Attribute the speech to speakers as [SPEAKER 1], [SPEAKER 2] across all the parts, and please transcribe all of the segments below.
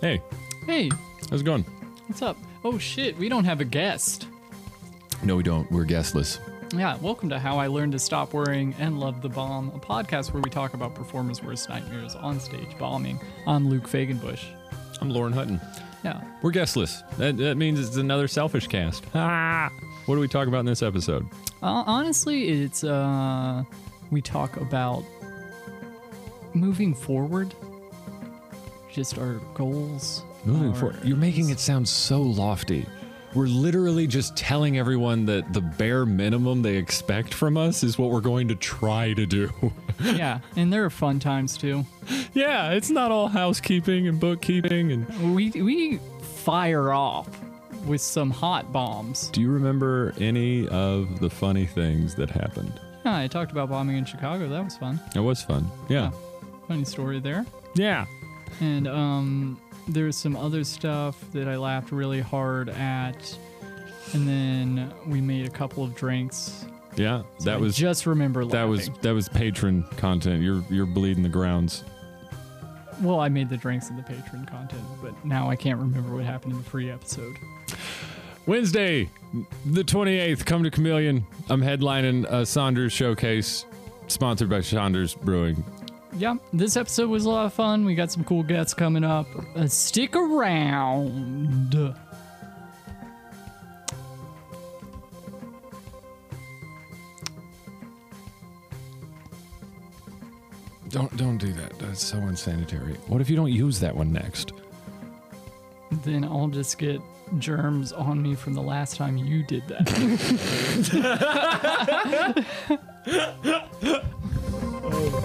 [SPEAKER 1] Hey,
[SPEAKER 2] Hey,
[SPEAKER 1] how's it going?
[SPEAKER 2] what's up? Oh shit, we don't have a guest.
[SPEAKER 1] No, we don't. We're guestless.
[SPEAKER 2] Yeah, welcome to How I Learned to Stop Worrying and Love the Bomb, a podcast where we talk about performers' worst nightmares on stage bombing. I'm Luke Fagenbush.
[SPEAKER 1] I'm Lauren Hutton.
[SPEAKER 2] Yeah.
[SPEAKER 1] We're guestless. That, that means it's another selfish cast. Ah! What do we talk about in this episode?
[SPEAKER 2] Uh, honestly, it's uh, we talk about moving forward, just our goals.
[SPEAKER 1] Moving
[SPEAKER 2] our-
[SPEAKER 1] forward. You're making it sound so lofty. We're literally just telling everyone that the bare minimum they expect from us is what we're going to try to do.
[SPEAKER 2] yeah, and there are fun times too.
[SPEAKER 1] yeah, it's not all housekeeping and bookkeeping and
[SPEAKER 2] We we fire off with some hot bombs.
[SPEAKER 1] Do you remember any of the funny things that happened?
[SPEAKER 2] Yeah, I talked about bombing in Chicago. That was fun.
[SPEAKER 1] It was fun. Yeah.
[SPEAKER 2] Funny story there.
[SPEAKER 1] Yeah.
[SPEAKER 2] And um, there's some other stuff that I laughed really hard at. And then we made a couple of drinks.
[SPEAKER 1] Yeah.
[SPEAKER 2] I
[SPEAKER 1] that was
[SPEAKER 2] just remember laughing.
[SPEAKER 1] that was that was patron content. You're you're bleeding the grounds.
[SPEAKER 2] well, I made the drinks in the patron content, but now I can't remember what happened in the free episode.
[SPEAKER 1] Wednesday, the 28th, come to Chameleon. I'm headlining a Saunders showcase sponsored by Saunders Brewing.
[SPEAKER 2] Yeah, this episode was a lot of fun. We got some cool guests coming up. Uh, stick around.
[SPEAKER 1] Don't don't do that. That's so unsanitary. What if you don't use that one next?
[SPEAKER 2] Then I'll just get germs on me from the last time you did that. Oh,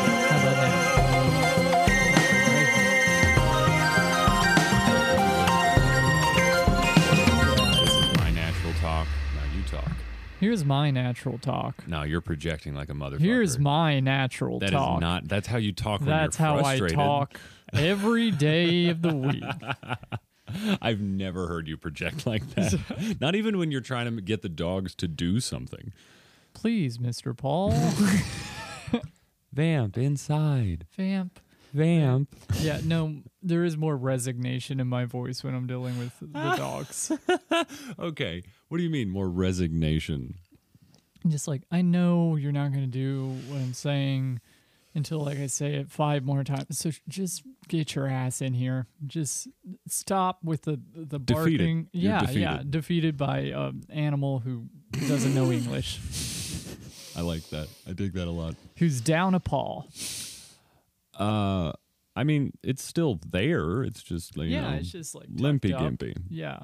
[SPEAKER 2] How about that?
[SPEAKER 1] This is my natural talk. Now you talk.
[SPEAKER 2] Here's my natural talk.
[SPEAKER 1] Now you're projecting like a motherfucker.
[SPEAKER 2] Here's my natural
[SPEAKER 1] That is
[SPEAKER 2] talk.
[SPEAKER 1] not that's how you talk when
[SPEAKER 2] That's
[SPEAKER 1] you're
[SPEAKER 2] how I
[SPEAKER 1] frustrated.
[SPEAKER 2] talk every day of the week.
[SPEAKER 1] I've never heard you project like that. Not even when you're trying to get the dogs to do something.
[SPEAKER 2] Please, Mr. Paul.
[SPEAKER 1] Vamp inside.
[SPEAKER 2] Vamp.
[SPEAKER 1] Vamp.
[SPEAKER 2] Yeah, no, there is more resignation in my voice when I'm dealing with the dogs.
[SPEAKER 1] Okay. What do you mean more resignation?
[SPEAKER 2] I'm just like, I know you're not going to do what I'm saying until like I say it five more times. So sh- just get your ass in here. Just stop with the
[SPEAKER 1] Defeated.
[SPEAKER 2] the barking.
[SPEAKER 1] You're
[SPEAKER 2] yeah, yeah,
[SPEAKER 1] defeated.
[SPEAKER 2] defeated by an animal who doesn't know English,
[SPEAKER 1] I like that. I dig that a lot.
[SPEAKER 2] who's down a paw.
[SPEAKER 1] Uh I mean, it's still there. It's just you
[SPEAKER 2] Yeah,
[SPEAKER 1] know,
[SPEAKER 2] it's just like tucked
[SPEAKER 1] limpy
[SPEAKER 2] up.
[SPEAKER 1] gimpy.
[SPEAKER 2] Yeah.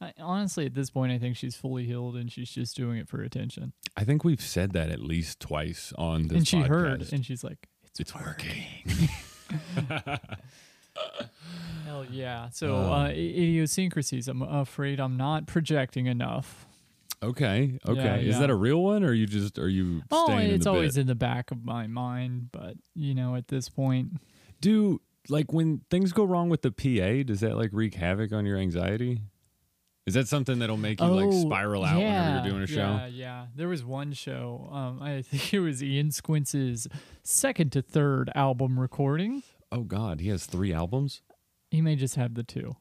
[SPEAKER 2] I, honestly, at this point, I think she's fully healed and she's just doing it for attention.
[SPEAKER 1] I think we've said that at least twice on this
[SPEAKER 2] and she heard,
[SPEAKER 1] podcast.
[SPEAKER 2] and she's like,
[SPEAKER 1] it's, working.
[SPEAKER 2] "Hell yeah!" So
[SPEAKER 1] Um,
[SPEAKER 2] uh, i- idiosyncrasies. I'm afraid I'm not projecting enough.
[SPEAKER 1] Okay. Okay.
[SPEAKER 2] Yeah,
[SPEAKER 1] Is
[SPEAKER 2] yeah.
[SPEAKER 1] that a real one or are you just are you
[SPEAKER 2] Oh,
[SPEAKER 1] staying in
[SPEAKER 2] it's
[SPEAKER 1] the bit?
[SPEAKER 2] always in the back of my mind, but you know, at this point,
[SPEAKER 1] Do like when things go wrong with the PA, does that like wreak havoc on your anxiety? Is that something that'll make you like
[SPEAKER 2] Oh,
[SPEAKER 1] spiral out whenever you're doing a show?
[SPEAKER 2] Yeah, yeah. There was one show. Um, I think it was Ian Squince's second to third album recording.
[SPEAKER 1] Oh God, he has three albums.
[SPEAKER 2] He may just have the two.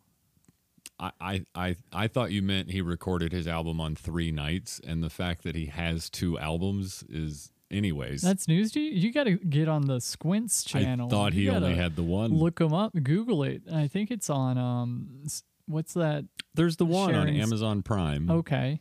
[SPEAKER 1] I, I I I thought you meant he recorded his album on three nights, and the fact that he has two albums is, anyways.
[SPEAKER 2] That's news to you. You got to get on the Squints channel.
[SPEAKER 1] I thought he
[SPEAKER 2] You
[SPEAKER 1] only
[SPEAKER 2] gotta
[SPEAKER 1] had the one.
[SPEAKER 2] look him up, Google it. I think it's on um, s- what's that?
[SPEAKER 1] There's the one on
[SPEAKER 2] Sharon's-
[SPEAKER 1] Amazon Prime,
[SPEAKER 2] Okay,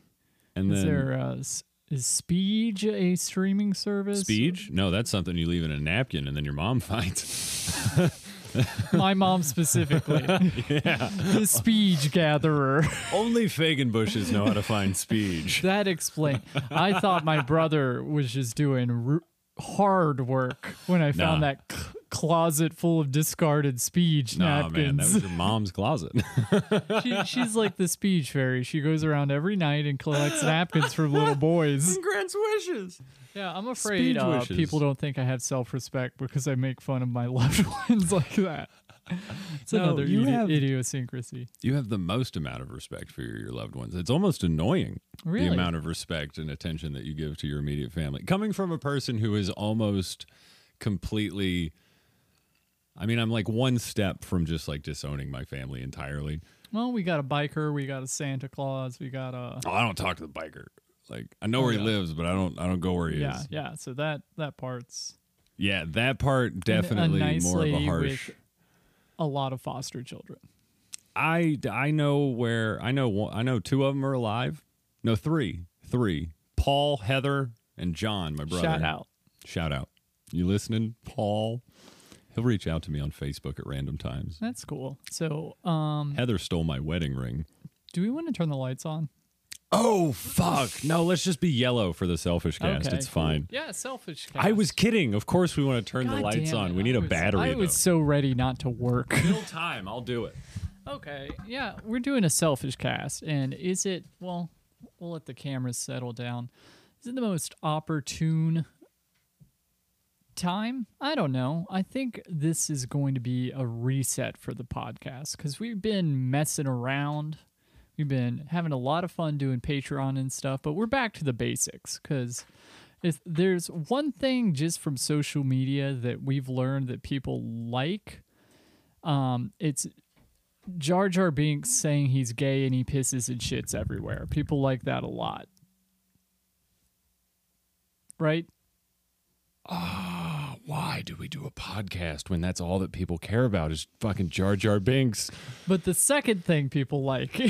[SPEAKER 1] and
[SPEAKER 2] is
[SPEAKER 1] then
[SPEAKER 2] there uh, s- is Speech a streaming service?
[SPEAKER 1] Speech. No, that's something you leave in a napkin, and then your mom finds.
[SPEAKER 2] My mom specifically. the Speech gatherer.
[SPEAKER 1] only Fagan Bushes know how to find Speech.
[SPEAKER 2] that explained. I thought my brother was just doing. r Hard work when I found
[SPEAKER 1] Nah.
[SPEAKER 2] that c- closet full of discarded speech
[SPEAKER 1] Nah,
[SPEAKER 2] napkins.
[SPEAKER 1] man, that was your mom's closet.
[SPEAKER 2] she, she's like the speech fairy. She goes around every night and collects napkins from little boys.
[SPEAKER 1] Grant's wishes.
[SPEAKER 2] Yeah, I'm
[SPEAKER 1] Speech
[SPEAKER 2] afraid uh,
[SPEAKER 1] wishes.
[SPEAKER 2] people don't think I have self respect because I make fun of my loved ones like that. It's
[SPEAKER 1] No,
[SPEAKER 2] another
[SPEAKER 1] you
[SPEAKER 2] idi-
[SPEAKER 1] have-
[SPEAKER 2] idiosyncrasy.
[SPEAKER 1] You have the most amount of respect for your loved ones. It's almost annoying
[SPEAKER 2] Really?
[SPEAKER 1] the amount of respect and attention that you give to your immediate family. Coming from a person who is almost completely I mean, I'm like one step from just like disowning my family entirely.
[SPEAKER 2] Well, we got a biker, we got a Santa Claus, we got a
[SPEAKER 1] Oh, I don't talk to the biker. Like I know where
[SPEAKER 2] yeah.
[SPEAKER 1] he lives, but I don't I don't go where he
[SPEAKER 2] yeah,
[SPEAKER 1] is.
[SPEAKER 2] yeah. So that that part's
[SPEAKER 1] Yeah, that part
[SPEAKER 2] and
[SPEAKER 1] definitely
[SPEAKER 2] a nice
[SPEAKER 1] more of a
[SPEAKER 2] lady
[SPEAKER 1] harsh.
[SPEAKER 2] With a lot of foster children.
[SPEAKER 1] I I know where I know one, I know two of them are alive. No, three, three. Paul, Heather, and John, my brother.
[SPEAKER 2] Shout out.
[SPEAKER 1] Shout out. You listening, Paul? He'll reach out to me on Facebook at random times.
[SPEAKER 2] That's cool. So, um,
[SPEAKER 1] Heather stole my wedding ring.
[SPEAKER 2] do we want to turn the lights on?
[SPEAKER 1] Oh fuck! No, let's just be yellow for the selfish cast.
[SPEAKER 2] Okay,
[SPEAKER 1] it's
[SPEAKER 2] cool.
[SPEAKER 1] fine.
[SPEAKER 2] Yeah, selfish. Cast.
[SPEAKER 1] I was kidding. Of course, we want to turn
[SPEAKER 2] God
[SPEAKER 1] the lights
[SPEAKER 2] damn
[SPEAKER 1] on.
[SPEAKER 2] it,
[SPEAKER 1] We need
[SPEAKER 2] I
[SPEAKER 1] a
[SPEAKER 2] was-
[SPEAKER 1] battery.
[SPEAKER 2] I was so ready not to work.
[SPEAKER 1] though. Still time. I'll do it.
[SPEAKER 2] okay. Yeah, we're doing a selfish cast, and is it? Well, we'll let the cameras settle down. Is it the most opportune time? I don't know. I think this is going to be a reset for the podcast because we've been messing around. We've been having a lot of fun doing Patreon and stuff, but we're back to the basics because if there's one thing just from social media that we've learned that people like, um, it's Jar Jar Binks saying he's gay and he pisses and shits everywhere. People like that a lot. Right?
[SPEAKER 1] Why do we do a podcast when that's all that people care about is fucking Jar Jar Binks?
[SPEAKER 2] But the second thing people like,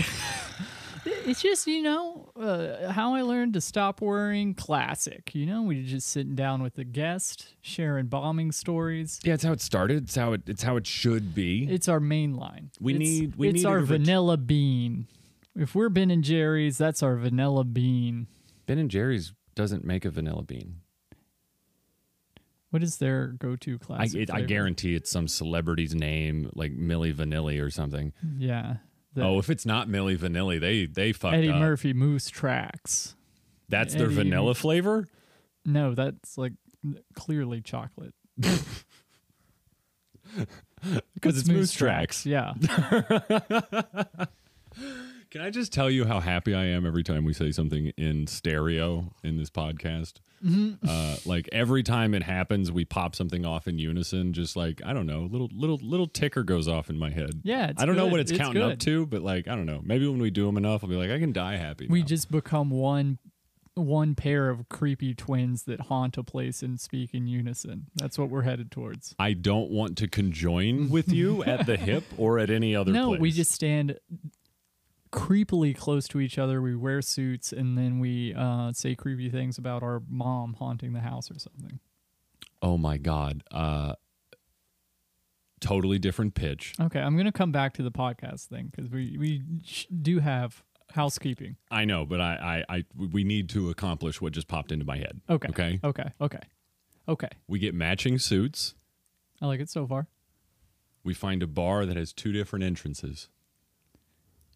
[SPEAKER 2] it's just, you know, uh, how I learned to stop worrying classic. You know, we just sitting down with a guest, sharing bombing stories.
[SPEAKER 1] Yeah, it's how it started. It's how it. It's how it should be.
[SPEAKER 2] It's our main line.
[SPEAKER 1] We
[SPEAKER 2] It's-
[SPEAKER 1] need- we
[SPEAKER 2] It's
[SPEAKER 1] need
[SPEAKER 2] our
[SPEAKER 1] a ret-
[SPEAKER 2] vanilla bean. If we're Ben and Jerry's, that's our vanilla bean.
[SPEAKER 1] ben and Jerry's doesn't make a vanilla bean.
[SPEAKER 2] What is their go-to
[SPEAKER 1] I,
[SPEAKER 2] classic?
[SPEAKER 1] it, I
[SPEAKER 2] flavor?
[SPEAKER 1] guarantee it's some celebrity's name, like Millie Vanilli or something.
[SPEAKER 2] Yeah. The
[SPEAKER 1] oh, if it's not Millie Vanilli, they they fucked
[SPEAKER 2] Eddie
[SPEAKER 1] up.
[SPEAKER 2] Murphy Moose tracks.
[SPEAKER 1] That's their
[SPEAKER 2] Eddie-
[SPEAKER 1] vanilla flavor.
[SPEAKER 2] No, that's like clearly chocolate.
[SPEAKER 1] 'Cause it's Moose Tracks.
[SPEAKER 2] Yeah.
[SPEAKER 1] Can I just tell you how happy I am every time we say something in stereo in this podcast?
[SPEAKER 2] Mm-hmm.
[SPEAKER 1] Uh, like every time it happens, we pop something off in unison. Just like I don't know, little little little ticker goes off in my head.
[SPEAKER 2] Yeah, it's
[SPEAKER 1] I don't know
[SPEAKER 2] good.
[SPEAKER 1] what it's,
[SPEAKER 2] It's
[SPEAKER 1] counting up
[SPEAKER 2] good.
[SPEAKER 1] to, but like I don't know. Maybe when we do them enough, I'll be like, I can die happy.
[SPEAKER 2] we
[SPEAKER 1] now.
[SPEAKER 2] just become one one pair of creepy twins that haunt a place and speak in unison. That's what we're headed towards.
[SPEAKER 1] I don't want to conjoin with you at the hip or at any other.
[SPEAKER 2] No,
[SPEAKER 1] place.
[SPEAKER 2] we just stand creepily close to each other. We wear suits and then we uh, say creepy things about our mom haunting the house or something.
[SPEAKER 1] Oh my god. Uh totally different pitch.
[SPEAKER 2] Okay, I'm gonna come back to the podcast thing because we we sh- do have housekeeping.
[SPEAKER 1] I know, but I, I I we need to accomplish what just popped into my head.
[SPEAKER 2] Okay.
[SPEAKER 1] Okay.
[SPEAKER 2] Okay. Okay. Okay.
[SPEAKER 1] We get matching suits.
[SPEAKER 2] I like it so far.
[SPEAKER 1] We find a bar that has two different entrances,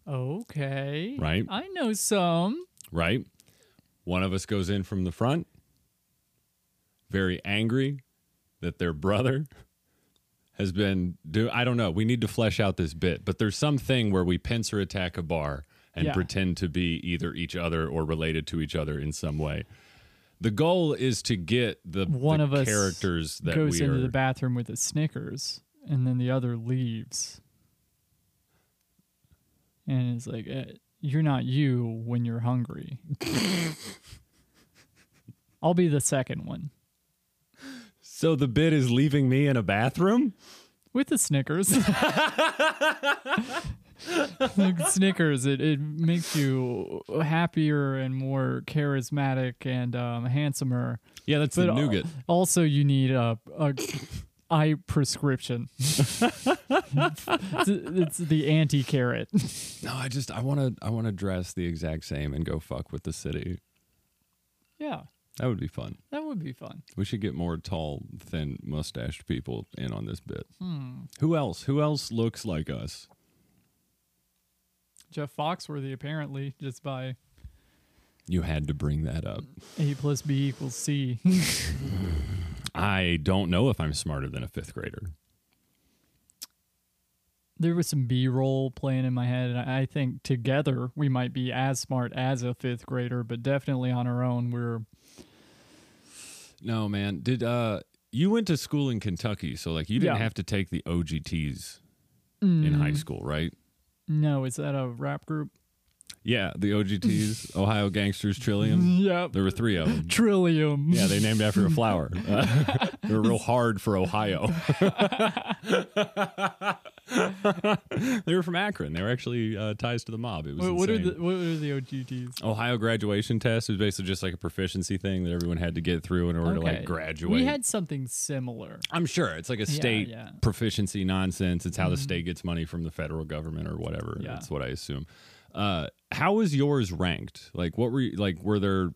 [SPEAKER 2] Okay.
[SPEAKER 1] Right.
[SPEAKER 2] I know some.
[SPEAKER 1] right? One of us goes in from the front, very angry that their brother has been do I don't know, we need to flesh out this bit, but there's some thing where we pincer attack a bar and
[SPEAKER 2] Yeah.
[SPEAKER 1] pretend to be either each other or related to each other in some way. The goal is to get the
[SPEAKER 2] One
[SPEAKER 1] the
[SPEAKER 2] of us
[SPEAKER 1] characters that
[SPEAKER 2] Goes
[SPEAKER 1] we
[SPEAKER 2] into
[SPEAKER 1] are,
[SPEAKER 2] the bathroom with a Snickers, and then the other leaves. And it's like, eh, you're not you when you're hungry. I'll be the second one
[SPEAKER 1] So the bit is leaving me in a bathroom?
[SPEAKER 2] with the Snickers. Like Snickers, it, it makes you happier and more charismatic and um, handsomer.
[SPEAKER 1] Yeah, that's the
[SPEAKER 2] al-
[SPEAKER 1] nougat.
[SPEAKER 2] Also, you need a, a eye prescription. it's, it's the anti carrot.
[SPEAKER 1] No, I just I want to I want to dress the exact same and go fuck with the city.
[SPEAKER 2] yeah,
[SPEAKER 1] That would be fun.
[SPEAKER 2] that would be fun.
[SPEAKER 1] We should get more tall, thin, mustached people in on this bit. Who else? Who else looks like us?
[SPEAKER 2] Jeff Foxworthy apparently just by
[SPEAKER 1] You had to bring that up.
[SPEAKER 2] A plus B equals C.
[SPEAKER 1] I don't know if I'm smarter than a fifth grader.
[SPEAKER 2] there was some B roll playing in my head, and I I think together we might be as smart as a fifth grader, but definitely on our own we're
[SPEAKER 1] No, man. Did uh you went to school in Kentucky, so like you didn't
[SPEAKER 2] Yeah.
[SPEAKER 1] have to take the OGTs in high school, right?
[SPEAKER 2] no. Is that a rap group?
[SPEAKER 1] Yeah, the OGTs, Ohio Gangsters Trillium.
[SPEAKER 2] Yep.
[SPEAKER 1] There were three of them.
[SPEAKER 2] Trillium.
[SPEAKER 1] Yeah, they named after a flower. Uh, they're real hard for Ohio. they were from Akron. They were actually uh, ties to the mob. It was
[SPEAKER 2] What, what are
[SPEAKER 1] insane.
[SPEAKER 2] the what are the OGTs?
[SPEAKER 1] Ohio graduation test was basically just like a proficiency thing that everyone had to get through in order to like graduate.
[SPEAKER 2] We had something similar.
[SPEAKER 1] I'm sure it's like a state
[SPEAKER 2] yeah.
[SPEAKER 1] proficiency nonsense. It's how the state gets money from the federal government or whatever.
[SPEAKER 2] Mm-hmm. Yeah.
[SPEAKER 1] That's what I assume. Uh, how was yours ranked? Like, what were you, like? Were there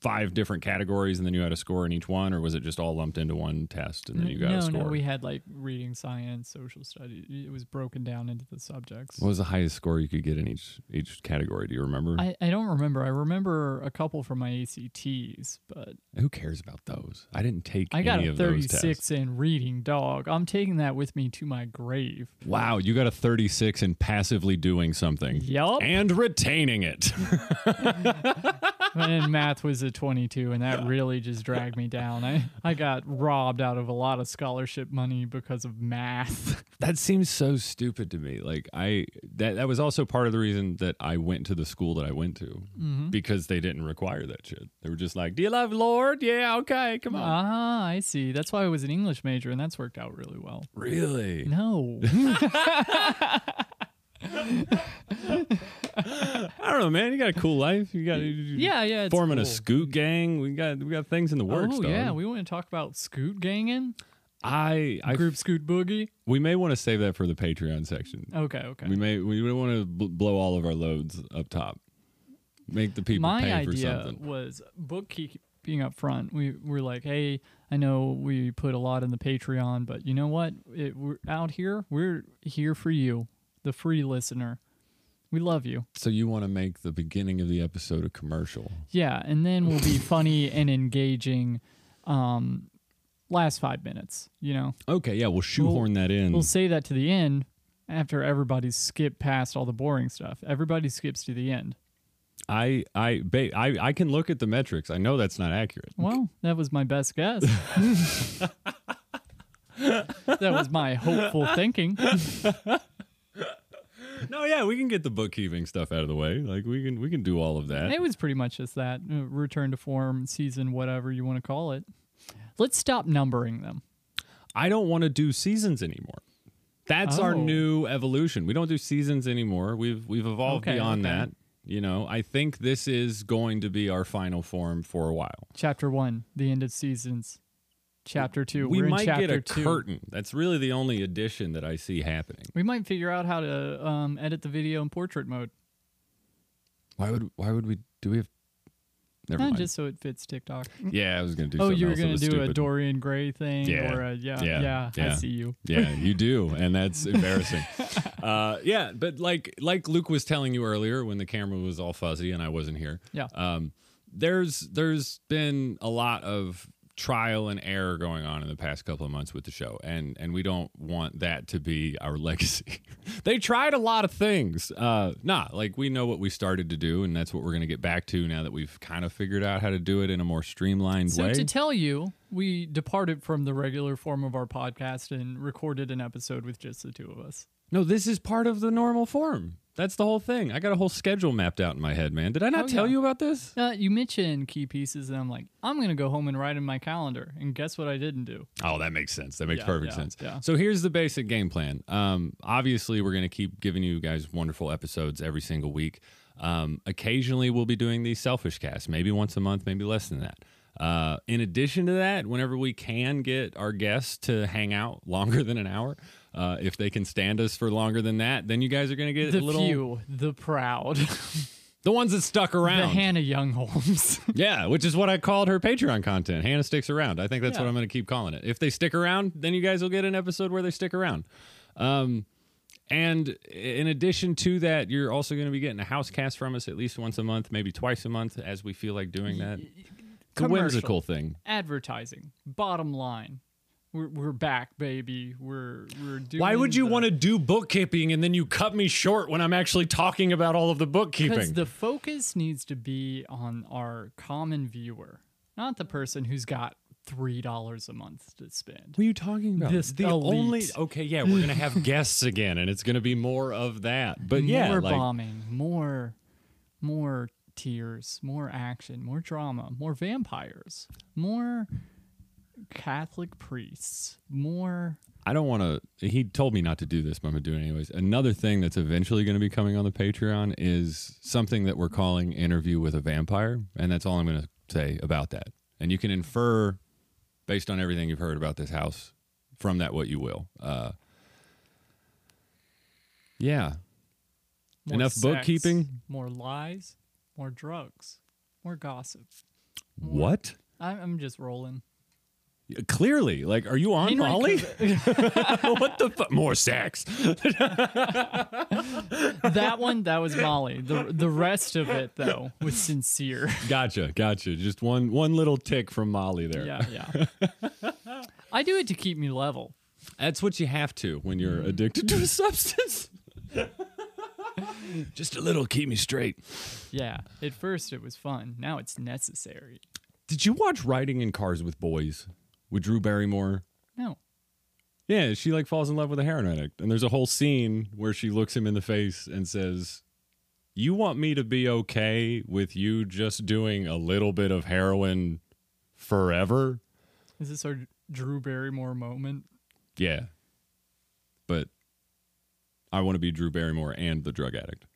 [SPEAKER 1] five different categories, and then you had a score in each one, or was it just all lumped into one test and then you got
[SPEAKER 2] no,
[SPEAKER 1] a score?
[SPEAKER 2] no, we had like reading, science, social studies. It was broken down into the subjects.
[SPEAKER 1] what was the highest score you could get in each each category? Do you remember?
[SPEAKER 2] I, I don't remember. I remember a couple from my ACTs, but
[SPEAKER 1] Who cares about those? I didn't take
[SPEAKER 2] I got
[SPEAKER 1] any
[SPEAKER 2] a
[SPEAKER 1] of those tests.
[SPEAKER 2] 36 in reading, dog. I'm taking that with me to my grave.
[SPEAKER 1] Wow, you got a 36 and passively doing something.
[SPEAKER 2] Yup.
[SPEAKER 1] And retaining it.
[SPEAKER 2] and then math was a 22, and that really just dragged me down. I, I got robbed out of a lot of scholarship money because of math.
[SPEAKER 1] that seems so stupid to me like i that, that was also part of the reason that i went to the school that i went to
[SPEAKER 2] Mm-hmm.
[SPEAKER 1] because they didn't require that shit they were just like do you love lord yeah okay come on
[SPEAKER 2] Ah, I see. That's why I was an English major, and that's worked out really well.
[SPEAKER 1] really
[SPEAKER 2] No.
[SPEAKER 1] i don't know man you got a cool life you got
[SPEAKER 2] yeah, yeah. it's
[SPEAKER 1] forming a
[SPEAKER 2] cool.
[SPEAKER 1] scoot gang we got we got things in the works
[SPEAKER 2] Oh,
[SPEAKER 1] dog.
[SPEAKER 2] yeah. We want to talk about scoot ganging,
[SPEAKER 1] i i
[SPEAKER 2] group scoot boogie.
[SPEAKER 1] we may want to save that for the patreon section
[SPEAKER 2] Okay, okay.
[SPEAKER 1] we may we don't want to bl- blow all of our loads up top make the people
[SPEAKER 2] my
[SPEAKER 1] pay for
[SPEAKER 2] idea
[SPEAKER 1] something
[SPEAKER 2] was bookkeeping up front. We were like, hey, I know we put a lot in the Patreon, but you know what? It, we're out here. We're here for you, the free listener. We love you.
[SPEAKER 1] so you want to make the beginning of the episode a commercial
[SPEAKER 2] Yeah, and then we'll be funny and engaging. Um, last five minutes, you know,
[SPEAKER 1] Okay, yeah, we'll shoehorn that in.
[SPEAKER 2] we'll say that to the end after everybody's skipped past all the boring stuff. Everybody skips to the end.
[SPEAKER 1] I, I, babe, I, I can look at the metrics. I know that's not accurate.
[SPEAKER 2] Well, that was my best guess. that was my hopeful thinking.
[SPEAKER 1] No, yeah, we can get the bookkeeping stuff out of the way. Like we can, we can do all of that.
[SPEAKER 2] It was pretty much just that uh, return to form season, whatever you want to call it. Let's stop numbering them.
[SPEAKER 1] I don't want to do seasons anymore. That's our
[SPEAKER 2] Oh.
[SPEAKER 1] new evolution. We don't do seasons anymore. We've we've evolved
[SPEAKER 2] Okay,
[SPEAKER 1] beyond
[SPEAKER 2] okay.
[SPEAKER 1] that. You know, I think this is going to be our final form for a while.
[SPEAKER 2] Chapter one, the end of seasons. Chapter two,
[SPEAKER 1] we
[SPEAKER 2] are
[SPEAKER 1] might
[SPEAKER 2] in chapter
[SPEAKER 1] get a
[SPEAKER 2] two.
[SPEAKER 1] curtain. That's really the only addition that I see happening.
[SPEAKER 2] We might figure out how to um, edit the video in portrait mode,
[SPEAKER 1] Why would why would we do we have? Never
[SPEAKER 2] not
[SPEAKER 1] mind.
[SPEAKER 2] just so it fits TikTok.
[SPEAKER 1] yeah, I was gonna do.
[SPEAKER 2] Oh,
[SPEAKER 1] something
[SPEAKER 2] you were
[SPEAKER 1] else that
[SPEAKER 2] gonna
[SPEAKER 1] was
[SPEAKER 2] do a
[SPEAKER 1] stupid.
[SPEAKER 2] Dorian Gray thing,
[SPEAKER 1] Yeah.
[SPEAKER 2] or a yeah,
[SPEAKER 1] Yeah.
[SPEAKER 2] yeah,
[SPEAKER 1] Yeah.
[SPEAKER 2] I see you.
[SPEAKER 1] Yeah, you do, and that's embarrassing. uh, yeah, but like like Luke was telling you earlier, when the camera was all fuzzy and I wasn't here.
[SPEAKER 2] Yeah.
[SPEAKER 1] Um, there's there's been a lot of trial and error going on in the past couple of months with the show, and and we don't want that to be our legacy. they tried a lot of things. Uh, nah, like we know what we started to do, and that's what we're gonna get back to now that we've kind of figured out how to do it in a more streamlined
[SPEAKER 2] So
[SPEAKER 1] way.
[SPEAKER 2] to tell you, we departed from the regular form of our podcast and recorded an episode with just the two of us.
[SPEAKER 1] No, this is part of the normal form. That's the whole thing. I got a whole schedule mapped out in my head, man. Did I not
[SPEAKER 2] Oh,
[SPEAKER 1] tell
[SPEAKER 2] yeah.
[SPEAKER 1] you about this?
[SPEAKER 2] Uh, you mentioned key pieces, and I'm like, I'm gonna go home and write in my calendar. And guess what I didn't do?
[SPEAKER 1] Oh, that makes sense. That makes
[SPEAKER 2] Yeah,
[SPEAKER 1] perfect
[SPEAKER 2] yeah,
[SPEAKER 1] sense.
[SPEAKER 2] yeah.
[SPEAKER 1] So here's the basic game plan. Um, obviously, we're going to keep giving you guys wonderful episodes every single week. Um, occasionally, we'll be doing these selfish casts, maybe once a month, maybe less than that. Uh, in addition to that, whenever we can get our guests to hang out longer than an hour, uh, if they can stand us for longer than that, then you guys are going to get
[SPEAKER 2] The
[SPEAKER 1] a little
[SPEAKER 2] few, the proud,
[SPEAKER 1] the ones that stuck around.
[SPEAKER 2] the Hannah Young Holmes.
[SPEAKER 1] Yeah, which is what I called her Patreon content. Hannah sticks around. I think that's
[SPEAKER 2] Yeah.
[SPEAKER 1] what I'm going to keep calling it. If they stick around, then you guys will get an episode where they stick around. Um, and in addition to that, you're also going to be getting a house cast from us at least once a month, maybe twice a month, as we feel like doing that. It's a
[SPEAKER 2] Commercial.
[SPEAKER 1] whimsical thing.
[SPEAKER 2] Advertising. Bottom line, We're, we're back, baby. We're we're doing.
[SPEAKER 1] Why would you want to do bookkeeping and then you cut me short when I'm actually talking about all of the
[SPEAKER 2] Because
[SPEAKER 1] bookkeeping?
[SPEAKER 2] the focus needs to be on our common viewer, not the person who's got three dollars a month to spend.
[SPEAKER 1] what are you talking about?
[SPEAKER 2] This
[SPEAKER 1] the
[SPEAKER 2] elite.
[SPEAKER 1] only okay, yeah, we're gonna have guests again, and it's gonna be more of that. But yeah,
[SPEAKER 2] more
[SPEAKER 1] like,
[SPEAKER 2] bombing, more, more tears, more action, more drama, more vampires, more Catholic priests, more.
[SPEAKER 1] I don't want to. He told me not to do this, but I'm gonna do it anyways. Another thing that's eventually gonna be coming on the Patreon is something that we're calling "Interview with a Vampire," and that's all I'm gonna say about that. And you can infer, based on everything you've heard about this house, from that what you will. Uh, yeah,
[SPEAKER 2] more
[SPEAKER 1] Enough
[SPEAKER 2] sex,
[SPEAKER 1] bookkeeping?
[SPEAKER 2] more lies, more drugs, more gossip.
[SPEAKER 1] What?
[SPEAKER 2] I'm, I'm just rolling.
[SPEAKER 1] Clearly, like, are you on
[SPEAKER 2] Henry
[SPEAKER 1] Molly? what the fuck? More sex?
[SPEAKER 2] That one, that was Molly. The the rest of it though was sincere.
[SPEAKER 1] Gotcha, gotcha. Just one one little tick from Molly there.
[SPEAKER 2] Yeah, yeah. I do it to keep me level.
[SPEAKER 1] That's what you have to when you're addicted to a substance. Just a little keep me straight.
[SPEAKER 2] Yeah. At first it was fun. Now it's necessary.
[SPEAKER 1] Did you watch Riding in Cars with Boys with Drew Barrymore?
[SPEAKER 2] No.
[SPEAKER 1] Yeah, she like falls in love with a heroin addict, and there's a whole scene where she looks him in the face and says, "You want me to be okay with you just doing a little bit of heroin forever?"
[SPEAKER 2] Is this our Drew Barrymore moment?
[SPEAKER 1] Yeah, but I want to be Drew Barrymore and the drug addict.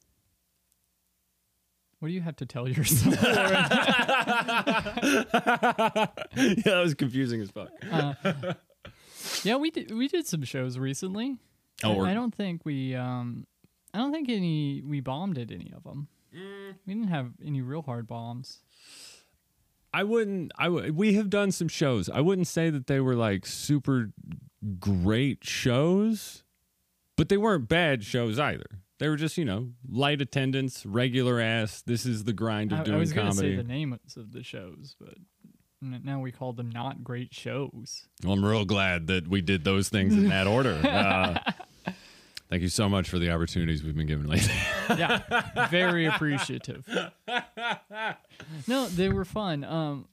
[SPEAKER 2] What do you have to tell yourself?
[SPEAKER 1] yeah, that was confusing as fuck.
[SPEAKER 2] yeah, we did we did some shows recently.
[SPEAKER 1] Oh,
[SPEAKER 2] I,
[SPEAKER 1] we're-
[SPEAKER 2] I don't think we um I don't think any we bombed at any of them. We didn't have any real hard bombs.
[SPEAKER 1] I wouldn't. I w- we have done some shows. I wouldn't say that they were like super great shows, but they weren't bad shows either. They were just you know light attendance, regular ass. This is the grind of
[SPEAKER 2] I, I
[SPEAKER 1] doing
[SPEAKER 2] was going to say
[SPEAKER 1] comedy.
[SPEAKER 2] the names of the shows, but n- now we call them not great shows.
[SPEAKER 1] Well, I'm real glad that we did those things in that order. Uh, thank you so much for the opportunities we've been given lately.
[SPEAKER 2] Yeah, very appreciative. No, they were fun. Um,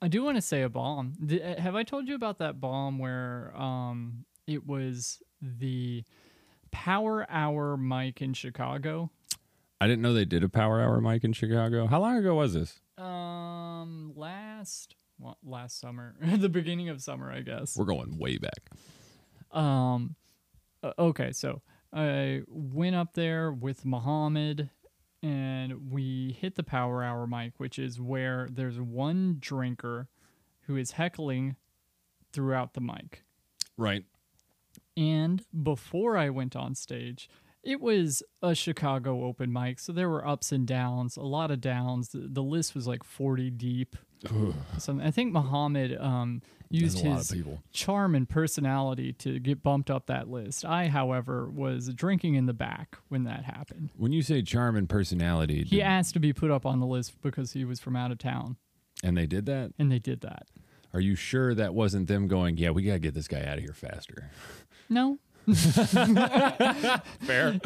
[SPEAKER 2] I do want to say a bomb. Th- eh, have I told you about that bomb where um it was the Power Hour mic in Chicago?
[SPEAKER 1] I didn't know they did a Power Hour mic in Chicago. How long ago was this?
[SPEAKER 2] Um, last well, last summer, the beginning of summer, I guess.
[SPEAKER 1] We're going way back.
[SPEAKER 2] Um, uh, okay, so I went up there with Muhammad and we hit the power hour mic, which is where there's one drinker who is heckling throughout the mic.
[SPEAKER 1] Right.
[SPEAKER 2] And before I went on stage, it was a Chicago open mic, so there were ups and downs, a lot of downs. The, the list was like 40 deep. So I think Muhammad um, used
[SPEAKER 1] There's a lot of
[SPEAKER 2] his
[SPEAKER 1] people.
[SPEAKER 2] charm and personality to get bumped up that list. I, however, was drinking in the back when that happened.
[SPEAKER 1] When you say charm and personality,
[SPEAKER 2] He
[SPEAKER 1] did-
[SPEAKER 2] asked to be put up on the list because he was from out of town,
[SPEAKER 1] and they did that.
[SPEAKER 2] and they did that.
[SPEAKER 1] Are you sure that wasn't them going, yeah, we got to get this guy out of here faster?
[SPEAKER 2] No.
[SPEAKER 1] Fair.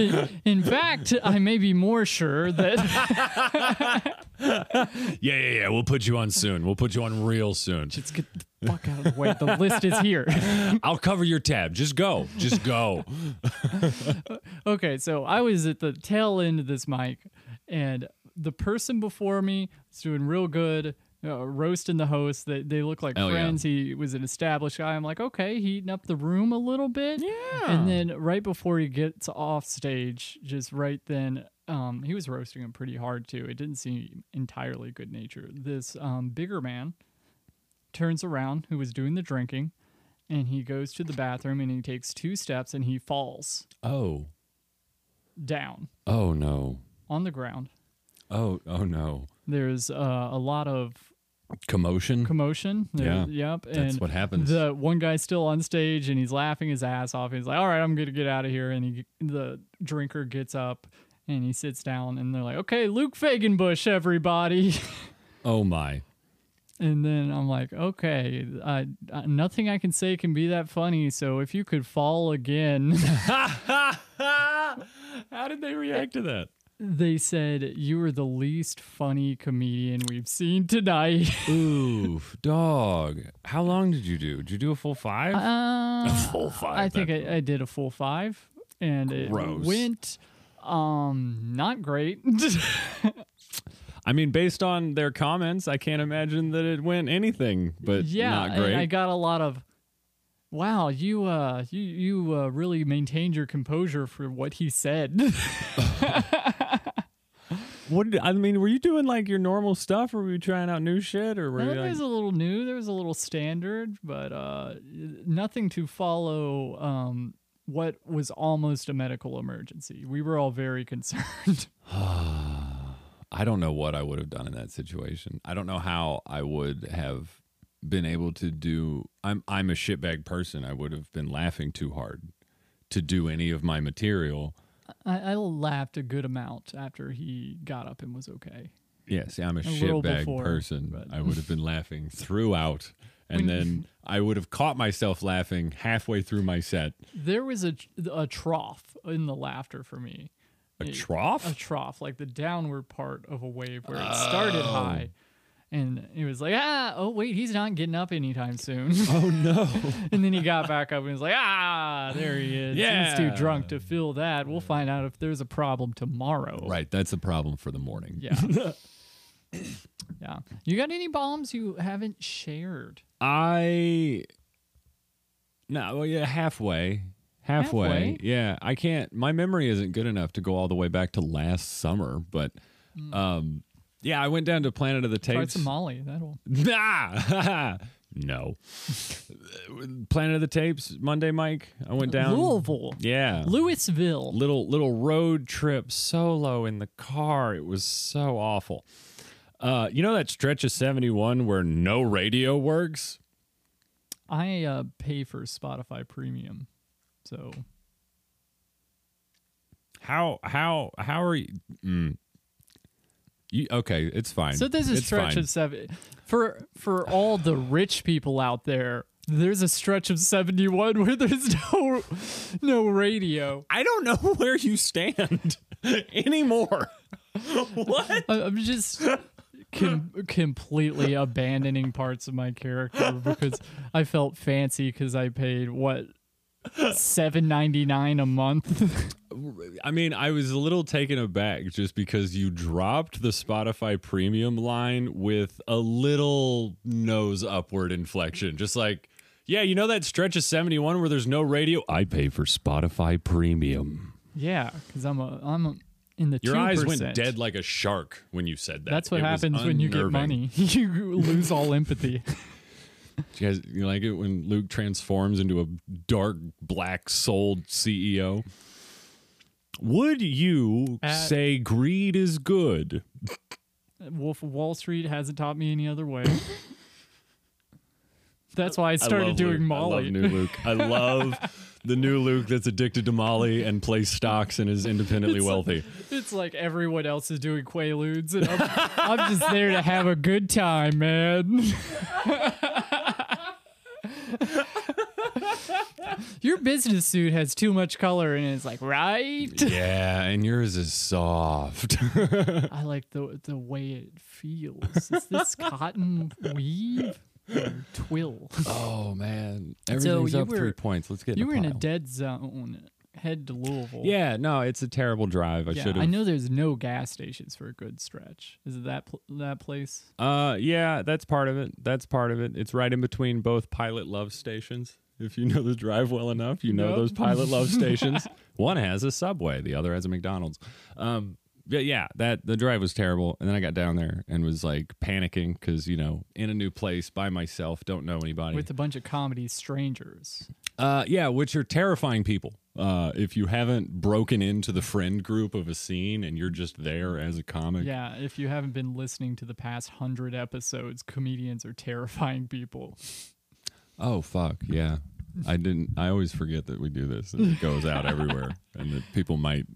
[SPEAKER 2] In fact, I may be more sure that
[SPEAKER 1] yeah, yeah, yeah. We'll put you on soon. We'll put you on real soon.
[SPEAKER 2] just get the fuck out of the way. The list is here.
[SPEAKER 1] I'll cover your tab. Just go. Just go.
[SPEAKER 2] Okay, so I was at the tail end of this mic, and the person before me was doing real good, uh, roasting the host. They, they look like
[SPEAKER 1] Oh, yeah.
[SPEAKER 2] friends. He was an established guy. I'm like, okay, heating up the room a little bit. Yeah. And then right before he gets off stage, just right then, um, he was roasting him pretty hard too. It didn't seem entirely good natured. This um, bigger man turns around, who was doing the drinking, and he goes to the bathroom and he takes two steps and he falls
[SPEAKER 1] Oh.
[SPEAKER 2] down
[SPEAKER 1] Oh, no.
[SPEAKER 2] on the ground.
[SPEAKER 1] Oh, oh, no.
[SPEAKER 2] There's uh, a lot of
[SPEAKER 1] Commotion?
[SPEAKER 2] commotion. There-
[SPEAKER 1] Yeah,
[SPEAKER 2] Yep. And
[SPEAKER 1] that's what happens.
[SPEAKER 2] The one guy's still on stage and he's laughing his ass off. He's like, "All right, I'm gonna get out of here." And he, the drinker gets up and he sits down. And they're like, "Okay, Luke Fagenbush, everybody."
[SPEAKER 1] oh, my.
[SPEAKER 2] And then I'm like, okay, I, I, nothing I can say can be that funny. So if you could fall again,
[SPEAKER 1] How did they react to that?
[SPEAKER 2] they said you were the least funny comedian we've seen tonight.
[SPEAKER 1] Oof, dog. How long did you do? Did you do a full five?
[SPEAKER 2] Uh,
[SPEAKER 1] full five.
[SPEAKER 2] I think
[SPEAKER 1] that-
[SPEAKER 2] I, I did a full five, and it
[SPEAKER 1] Gross.
[SPEAKER 2] went um not great.
[SPEAKER 1] I mean, based on their comments, I can't imagine that it went anything but
[SPEAKER 2] yeah,
[SPEAKER 1] not
[SPEAKER 2] and
[SPEAKER 1] great.
[SPEAKER 2] I got a lot of. Wow, you uh, you you uh, really maintained your composure for what he said.
[SPEAKER 1] what did, I mean, were you doing like your normal stuff, or were you trying out new shit, or were
[SPEAKER 2] Well,
[SPEAKER 1] you
[SPEAKER 2] there
[SPEAKER 1] like,
[SPEAKER 2] was a little new. There was a little standard, but uh, nothing to follow um, what was almost a medical emergency. We were all very concerned.
[SPEAKER 1] I don't know what I would have done in that situation. I don't know how I would have been able to do. I'm I'm a shitbag person. I would have been laughing too hard to do any of my material.
[SPEAKER 2] I, I laughed a good amount after he got up and was okay.
[SPEAKER 1] Yeah, see, I'm a,
[SPEAKER 2] little
[SPEAKER 1] shitbag
[SPEAKER 2] before,
[SPEAKER 1] person.
[SPEAKER 2] but-
[SPEAKER 1] I would have been laughing throughout, and then I would have caught myself laughing halfway through my set.
[SPEAKER 2] There was a a trough in the laughter for me.
[SPEAKER 1] A
[SPEAKER 2] Yeah,
[SPEAKER 1] trough?
[SPEAKER 2] A trough, like the downward part of a wave where it
[SPEAKER 1] Oh.
[SPEAKER 2] started high. And it was like, ah, oh, wait, he's not getting up anytime soon.
[SPEAKER 1] oh no!
[SPEAKER 2] And then he got back up and was like, ah, there he is. He's
[SPEAKER 1] Yeah.
[SPEAKER 2] too drunk to feel that. We'll find out if there's a problem tomorrow.
[SPEAKER 1] right, that's a problem for the morning.
[SPEAKER 2] Yeah. yeah. You got any bombs you haven't shared?
[SPEAKER 1] I no, well, yeah, halfway, halfway,
[SPEAKER 2] Halfway?
[SPEAKER 1] Yeah, I can't. My memory isn't good enough to go all the way back to last summer, but um, yeah, I went down to Planet of the
[SPEAKER 2] Try
[SPEAKER 1] Tapes.
[SPEAKER 2] Hmm. some Molly. That'll.
[SPEAKER 1] Nah! no, Planet of the Tapes Monday, Mike. I went down.
[SPEAKER 2] Louisville.
[SPEAKER 1] Yeah,
[SPEAKER 2] Louisville.
[SPEAKER 1] little little road trip solo in the car. It was so awful. Uh, you know that stretch of seventy one where no radio works.
[SPEAKER 2] I uh, pay for Spotify Premium. So
[SPEAKER 1] How how how are you? Mm. You- okay, it's fine.
[SPEAKER 2] so there's a
[SPEAKER 1] It's
[SPEAKER 2] stretch
[SPEAKER 1] fine.
[SPEAKER 2] of seven for for all the rich people out there. There's a stretch of 71 where there's no no radio.
[SPEAKER 1] I don't know where you stand anymore. what?
[SPEAKER 2] I- I'm just com- completely abandoning parts of my character because I felt fancy because I paid what seven ninety nine a month.
[SPEAKER 1] I mean, I was a little taken aback just because you dropped the Spotify premium line with a little nose upward inflection. Just like, yeah, you know that stretch of 71 where there's no radio? I pay for Spotify premium.
[SPEAKER 2] yeah, because I'm a I'm a, in the
[SPEAKER 1] Your
[SPEAKER 2] 2%.
[SPEAKER 1] eyes went dead like a shark when you said that.
[SPEAKER 2] That's what
[SPEAKER 1] It was
[SPEAKER 2] happens when you get
[SPEAKER 1] unnerving.
[SPEAKER 2] money. you lose all empathy.
[SPEAKER 1] Do you guys you like it when Luke transforms into a dark black souled CEO? Would you
[SPEAKER 2] Uh,
[SPEAKER 1] say greed is good?
[SPEAKER 2] Wolf of Wall Street hasn't taught me any other way. That's why I started doing Molly.
[SPEAKER 1] I love new Luke. I love the new Luke that's addicted to Molly and plays stocks and is independently wealthy.
[SPEAKER 2] It's like everyone else is doing quaaludes, and I'm, I'm just there to have a good time, man. Your business suit has too much color, and it's like, right?
[SPEAKER 1] yeah, and yours is soft.
[SPEAKER 2] I like the the way it feels. Is this cotton weave or twill?
[SPEAKER 1] oh man,
[SPEAKER 2] Everything's you up three were-
[SPEAKER 1] points. Let's get
[SPEAKER 2] You were in a dead zone. Head to Louisville.
[SPEAKER 1] yeah, no, it's a terrible drive. I
[SPEAKER 2] Yeah,
[SPEAKER 1] should have.
[SPEAKER 2] I know there's no gas stations for a good stretch. Is it that pl- that place?
[SPEAKER 1] Uh, yeah, that's part of it. That's part of it. It's right in between both Pilot Love stations. If you know the drive well enough, you know
[SPEAKER 2] Yep.
[SPEAKER 1] those Pilot Love stations. One has a Subway, the other has a McDonald's. Um, but yeah, that the drive was terrible, and then I got down there and was like panicking because you know in a new place by myself, don't know anybody.
[SPEAKER 2] with a bunch of comedy strangers.
[SPEAKER 1] Uh, yeah, which are terrifying people. Uh, if you haven't broken into the friend group of a scene and you're just there as a comic,
[SPEAKER 2] Yeah, if you haven't been listening to the past hundred episodes, comedians are terrifying people.
[SPEAKER 1] Oh fuck yeah! I didn't. I always forget that we do this. and It goes out everywhere, and that people might.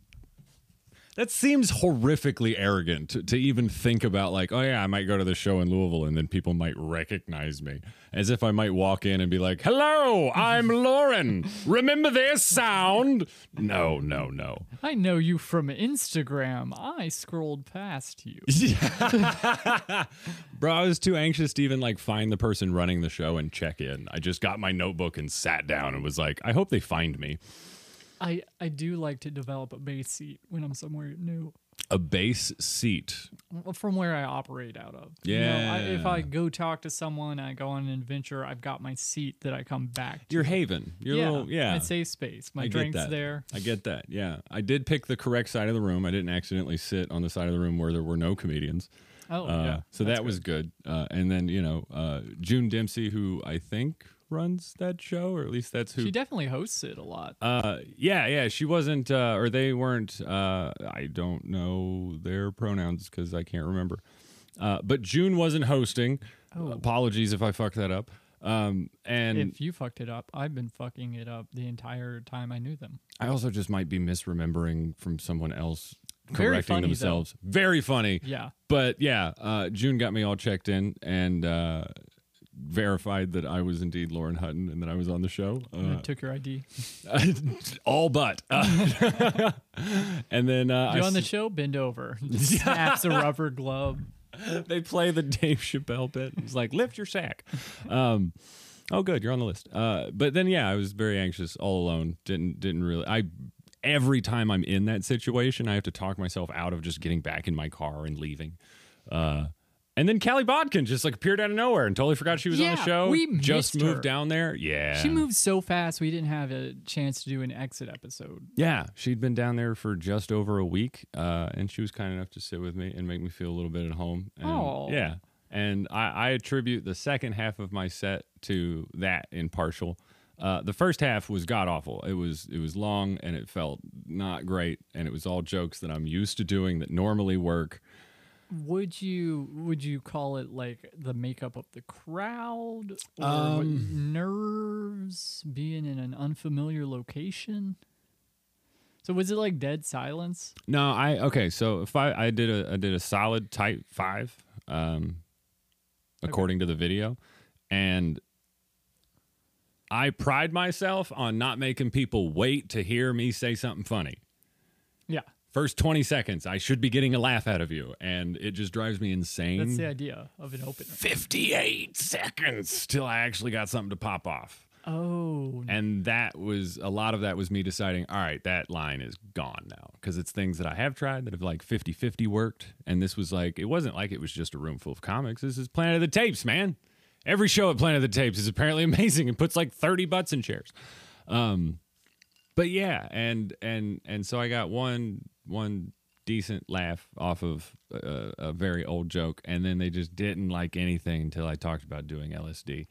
[SPEAKER 1] That seems horrifically arrogant to, to even think about, like, oh, yeah, I might go to the show in Louisville and then people might recognize me. As if I might walk in and be like, hello, I'm Lauren. Remember this sound? No, no, no.
[SPEAKER 2] I know you from Instagram. I scrolled past you.
[SPEAKER 1] Bro, I was too anxious to even like find the person running the show and check in. I just got my notebook and sat down and was like, I hope they find me.
[SPEAKER 2] I, I do like to develop a base seat when I'm somewhere new
[SPEAKER 1] A base seat.
[SPEAKER 2] from where I operate out of. You know, I, if
[SPEAKER 1] Yeah.
[SPEAKER 2] I go talk to someone, I go on an adventure, I've got my seat that I come back to.
[SPEAKER 1] Your haven. Your
[SPEAKER 2] yeah,
[SPEAKER 1] little yeah.
[SPEAKER 2] My safe space. My
[SPEAKER 1] I get
[SPEAKER 2] drink's
[SPEAKER 1] that.
[SPEAKER 2] there.
[SPEAKER 1] I get that. Yeah. I did pick the correct side of the room. I didn't accidentally sit on the side of the room where there were no comedians.
[SPEAKER 2] Oh,
[SPEAKER 1] Uh,
[SPEAKER 2] yeah.
[SPEAKER 1] so that was good. Uh, and then, you know, uh, June Dempsey, who I think runs that show, or at least that's who
[SPEAKER 2] She definitely hosts it a lot.
[SPEAKER 1] Uh, yeah, yeah. She wasn't, uh, or they weren't. Uh, I don't know their pronouns because I can't remember. Uh, but June wasn't hosting. Apologies if I fucked that up. Um, and
[SPEAKER 2] if you fucked Oh. it up, I've been fucking it up the entire time I knew them.
[SPEAKER 1] I also just might be misremembering from someone else
[SPEAKER 2] Very
[SPEAKER 1] correcting
[SPEAKER 2] funny, though.
[SPEAKER 1] themselves. Very funny.
[SPEAKER 2] Yeah.
[SPEAKER 1] But yeah, uh, June got me all checked in and uh, verified that I was indeed Lauren Hutton and that I was on the show.
[SPEAKER 2] And
[SPEAKER 1] Uh,
[SPEAKER 2] I took your ID.
[SPEAKER 1] all but. Uh, and then uh, I
[SPEAKER 2] You on the
[SPEAKER 1] s-
[SPEAKER 2] show? Bend over. Snaps a rubber glove.
[SPEAKER 1] they play the Dave Chappelle bit. It's like lift your sack. Um, oh, good, you're on the list. Uh, but then, yeah, I was very anxious, all alone. Didn't didn't really. I every time I'm in that situation, I have to talk myself out of just getting back in my car and leaving. Uh, and then Callie Bodkin just like appeared out of nowhere and totally forgot she was on the
[SPEAKER 2] Yeah,
[SPEAKER 1] show.
[SPEAKER 2] we
[SPEAKER 1] just
[SPEAKER 2] missed
[SPEAKER 1] moved
[SPEAKER 2] her.
[SPEAKER 1] down there. Yeah,
[SPEAKER 2] She moved so fast, we didn't have a chance to do an exit episode.
[SPEAKER 1] Yeah, she'd been down there for just over a week, uh, and she was kind enough to sit with me and make me feel a little bit at home. And,
[SPEAKER 2] Aw.
[SPEAKER 1] yeah, and I, I attribute the second half of my set to that in partial. Uh, the first half was god awful. It was it was long and it felt not great, and it was all jokes that I'm used to doing that normally work.
[SPEAKER 2] Would you would you call it like the makeup of the crowd or
[SPEAKER 1] Um,
[SPEAKER 2] nerves being in an unfamiliar location? So was it like dead silence?
[SPEAKER 1] No, I okay. So if I I did a I did a solid type five, um, according to the video, and I pride myself on not making people wait to hear me say something funny.
[SPEAKER 2] Yeah,
[SPEAKER 1] First twenty seconds, I should be getting a laugh out of you, and it just drives me insane.
[SPEAKER 2] that's the idea of an opener.
[SPEAKER 1] Fifty-eight seconds till I actually got something to pop off,
[SPEAKER 2] Oh,
[SPEAKER 1] and that was a lot of that was me deciding, all right, that line is gone now because it's things that I have tried that have like 50-50 worked, and this was like it wasn't like it was just a room full of comics. This is Planet of the Tapes, man. Every show at Planet of the Tapes is apparently amazing and puts like thirty butts in chairs. Um, but yeah, and and and so I got one one decent laugh off of a, a very old joke, and then they just didn't like anything until I talked about doing LSD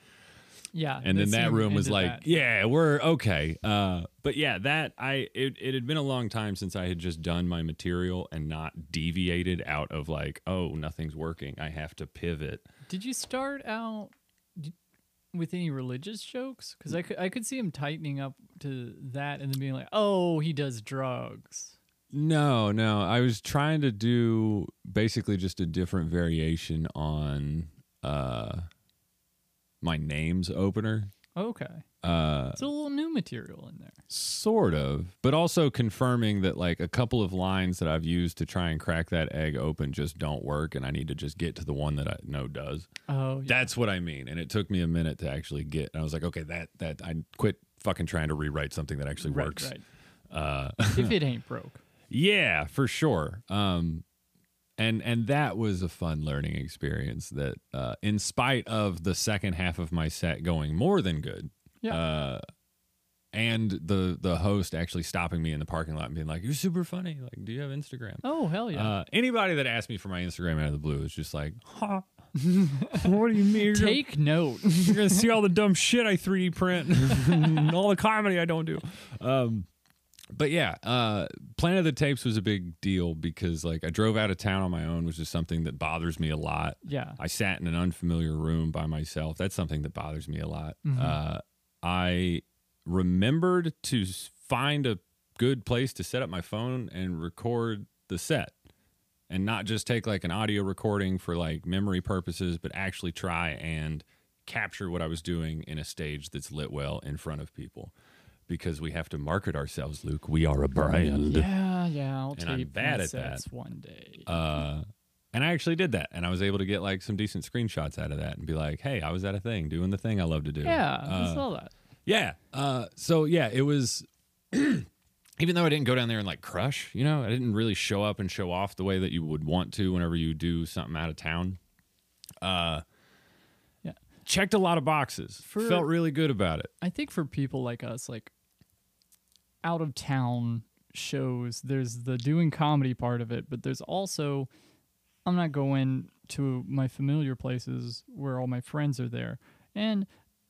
[SPEAKER 2] yeah.
[SPEAKER 1] and then that
[SPEAKER 2] scene
[SPEAKER 1] room was
[SPEAKER 2] ended
[SPEAKER 1] like
[SPEAKER 2] that.
[SPEAKER 1] yeah we're okay uh, but yeah that i it, it had been a long time since i had just done my material and not deviated out of like oh nothing's working i have to pivot
[SPEAKER 2] Did you start out d- with any religious jokes? Because I could, I could see him tightening up to that and then being like, oh, he does drugs.
[SPEAKER 1] no no i was trying to do basically just a different variation on uh my name's opener
[SPEAKER 2] Okay.
[SPEAKER 1] uh
[SPEAKER 2] It's a little new material in there.
[SPEAKER 1] sort of but also confirming that like a couple of lines that i've used to try and crack that egg open just don't work and i need to just get to the one that i know does
[SPEAKER 2] Oh, yeah.
[SPEAKER 1] that's what i mean and it took me a minute to actually get and i was like okay that that i quit fucking trying to rewrite something that actually
[SPEAKER 2] right,
[SPEAKER 1] works Uh,
[SPEAKER 2] right. if it ain't broke.
[SPEAKER 1] yeah for sure um and and that was a fun learning experience that uh in spite of the second half of my set going more than good
[SPEAKER 2] Yeah.
[SPEAKER 1] Uh, and the the host actually stopping me in the parking lot and being like, "You're super funny. Like, do you have Instagram?"
[SPEAKER 2] oh, hell yeah.
[SPEAKER 1] Uh, anybody that asked me for my Instagram out of the blue is just like, "Huh? what do you mean? You're gonna-
[SPEAKER 2] Take note.
[SPEAKER 1] You're gonna see all the dumb shit I 3D print, and all the comedy I don't do." Um, but yeah, uh, Planet of the Tapes was a big deal because like I drove out of town on my own, which is something that bothers me a lot.
[SPEAKER 2] yeah.
[SPEAKER 1] I sat in an unfamiliar room by myself. That's something that bothers me a lot. Uh, I remembered to s- find a good place to set up my phone and record the set and not just take like an audio recording for like memory purposes, but actually try and capture what I was doing in a stage that's lit well in front of people. Because we have to market ourselves, Luke. We are a brand.
[SPEAKER 2] Yeah, yeah. I'll
[SPEAKER 1] And
[SPEAKER 2] take
[SPEAKER 1] I'm bad
[SPEAKER 2] my
[SPEAKER 1] at that.
[SPEAKER 2] sets one day.
[SPEAKER 1] Uh, and I actually did that, and I was able to get like some decent screenshots out of that, and be like, "Hey, I was at a thing doing the thing I love to do."
[SPEAKER 2] yeah, I
[SPEAKER 1] Uh,
[SPEAKER 2] saw that.
[SPEAKER 1] yeah. Uh, so yeah, it was. even though I didn't go down there and like crush, you know, I didn't really show up and show off the way that you would want to whenever you do something out of town. Uh,
[SPEAKER 2] Yeah.
[SPEAKER 1] Checked a lot of boxes.
[SPEAKER 2] For-
[SPEAKER 1] Felt really good about it.
[SPEAKER 2] I think for people like us, like out of town shows, there's the doing comedy part of it, but there's also I'm not going to my familiar places where all my friends are there. And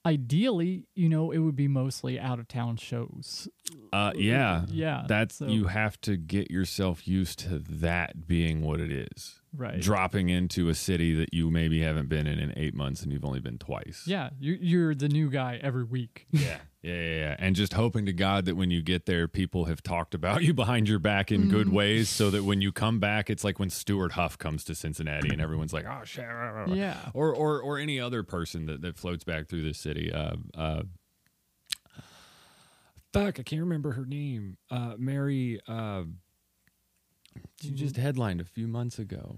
[SPEAKER 2] ideally, you know, it would be mostly out of town shows.
[SPEAKER 1] Uh, yeah.
[SPEAKER 2] Yeah.
[SPEAKER 1] That's
[SPEAKER 2] so-
[SPEAKER 1] you have to get yourself used to that being what it is.
[SPEAKER 2] Right.
[SPEAKER 1] dropping into a city that you maybe haven't been in in eight months and you've only been twice.
[SPEAKER 2] Yeah. You you're the new guy every week.
[SPEAKER 1] Yeah. Yeah, yeah, yeah. And just hoping to God that when you get there, people have talked about you behind your back in good
[SPEAKER 2] Mm.
[SPEAKER 1] ways so that when you come back, it's like when Stuart Huff comes to Cincinnati and everyone's like, oh, shit. rah, rah, rah."
[SPEAKER 2] yeah.
[SPEAKER 1] Or, or, or any other person that, that floats back through this city. Uh, uh, fuck, I can't remember her name. Uh, Mary, uh, she just headlined a few months ago.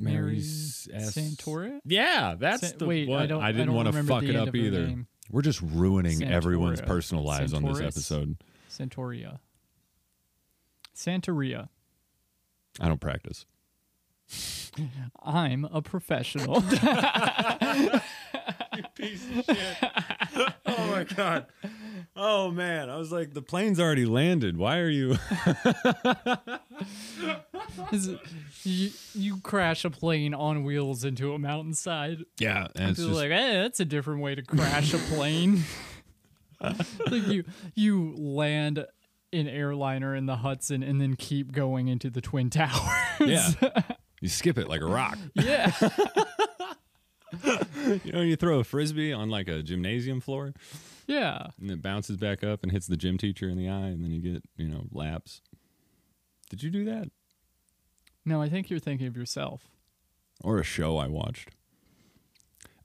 [SPEAKER 2] Mm-hmm. Mary
[SPEAKER 1] S-
[SPEAKER 2] Santora?
[SPEAKER 1] yeah, that's
[SPEAKER 2] Sa-
[SPEAKER 1] the
[SPEAKER 2] wait,
[SPEAKER 1] one.
[SPEAKER 2] I don't
[SPEAKER 1] I didn't
[SPEAKER 2] don't
[SPEAKER 1] want to
[SPEAKER 2] remember
[SPEAKER 1] fuck
[SPEAKER 2] the
[SPEAKER 1] it
[SPEAKER 2] end
[SPEAKER 1] up
[SPEAKER 2] of her
[SPEAKER 1] either.
[SPEAKER 2] name.
[SPEAKER 1] We're just ruining everyone's
[SPEAKER 2] Santora.
[SPEAKER 1] personal lives on this
[SPEAKER 2] Santoris?
[SPEAKER 1] episode.
[SPEAKER 2] Santoria. Santoria.
[SPEAKER 1] I don't practice.
[SPEAKER 2] I'm a professional.
[SPEAKER 1] Piece of shit. oh my god. Oh man, I was like, the plane's already landed. Why are you?
[SPEAKER 2] Is it- you, you crash a plane on wheels into a mountainside.
[SPEAKER 1] Yeah, and it's
[SPEAKER 2] It's
[SPEAKER 1] just
[SPEAKER 2] like, hey, that's a different way to crash a plane. like you you land an airliner in the Hudson and then keep going into the Twin Towers.
[SPEAKER 1] yeah. You skip it like a rock.
[SPEAKER 2] yeah.
[SPEAKER 1] You know, you throw a frisbee on like a gymnasium floor,
[SPEAKER 2] Yeah.
[SPEAKER 1] and it bounces back up and hits the gym teacher in the eye, and then you get you know laps. Did you do that?
[SPEAKER 2] No, I think you're thinking of yourself.
[SPEAKER 1] or a show I watched.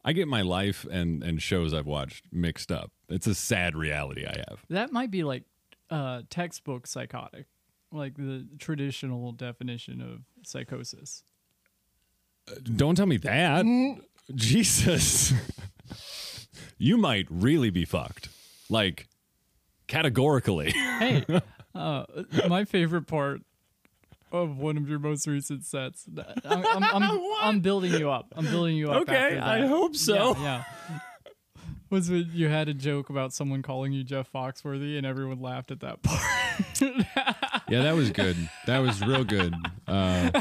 [SPEAKER 1] I get my life and and shows I've watched mixed up. It's a sad reality I have.
[SPEAKER 2] That might be like uh textbook psychotic. Like the traditional definition of psychosis.
[SPEAKER 1] Don't tell me that. Jesus. you might really be fucked. Like categorically.
[SPEAKER 2] hey, uh, my favorite part of one of your most recent sets. I'm, I'm, I'm, I'm building you up. I'm building you up. after that.
[SPEAKER 1] hope
[SPEAKER 2] Yeah. yeah. Was it you had a joke about someone calling you Jeff Foxworthy and everyone laughed at that part?
[SPEAKER 1] Yeah, that was good. That was real good. Uh,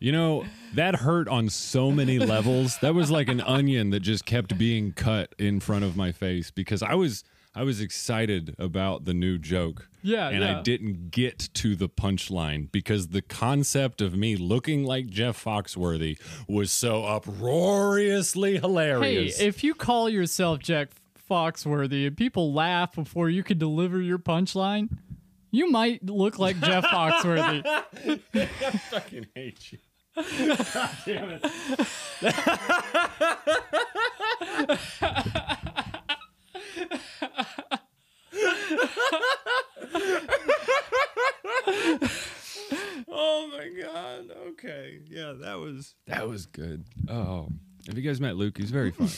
[SPEAKER 1] you know, that hurt on so many levels. That was like an onion that just kept being cut in front of my face because I was I was excited about the new joke.
[SPEAKER 2] Yeah,
[SPEAKER 1] and
[SPEAKER 2] yeah.
[SPEAKER 1] I didn't get to the punchline because the concept of me looking like Jeff Foxworthy was so uproariously
[SPEAKER 2] hey,
[SPEAKER 1] hilarious.
[SPEAKER 2] if you call yourself Jack Foxworthy and people laugh before you can deliver your punchline, you might look like Jeff Foxworthy.
[SPEAKER 1] fucking hate you. damn it. oh my god. Okay. Yeah, that was that was good. Oh. Have you guys met Luke? He's very funny.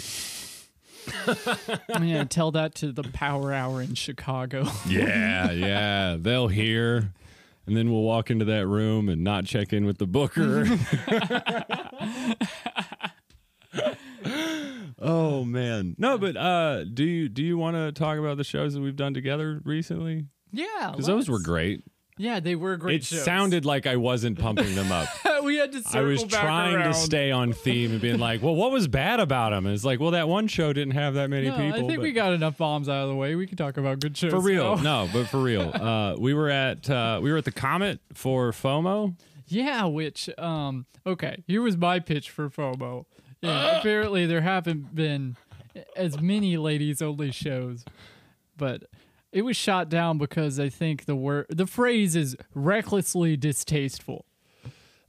[SPEAKER 2] I'm gonna tell that to the Power Hour in Chicago.
[SPEAKER 1] yeah, yeah. They'll hear. And then we'll walk into that room and not check in with the booker. oh man. No, but uh do you do you want to talk about the shows that we've done together recently?
[SPEAKER 2] Yeah,
[SPEAKER 1] Cuz those were
[SPEAKER 2] let's.
[SPEAKER 1] great.
[SPEAKER 2] Yeah, they were great.
[SPEAKER 1] it
[SPEAKER 2] shows.
[SPEAKER 1] sounded like I wasn't pumping them up.
[SPEAKER 2] we had to circle
[SPEAKER 1] I was
[SPEAKER 2] back
[SPEAKER 1] trying
[SPEAKER 2] around.
[SPEAKER 1] to stay on theme and being like, "Well, what was bad about them?" It's like, "Well, that one show didn't have that many
[SPEAKER 2] No,
[SPEAKER 1] people."
[SPEAKER 2] I think
[SPEAKER 1] but-
[SPEAKER 2] we got enough bombs out of the way. We can talk about good shows
[SPEAKER 1] for real.
[SPEAKER 2] now.
[SPEAKER 1] No, but for real. Uh, we were at uh, we were at the Comet for FOMO.
[SPEAKER 2] Yeah, which um okay, here was my pitch for FOMO. Yeah, apparently there haven't been as many ladies only shows, but It was shot down because I think the word the phrase is recklessly distasteful.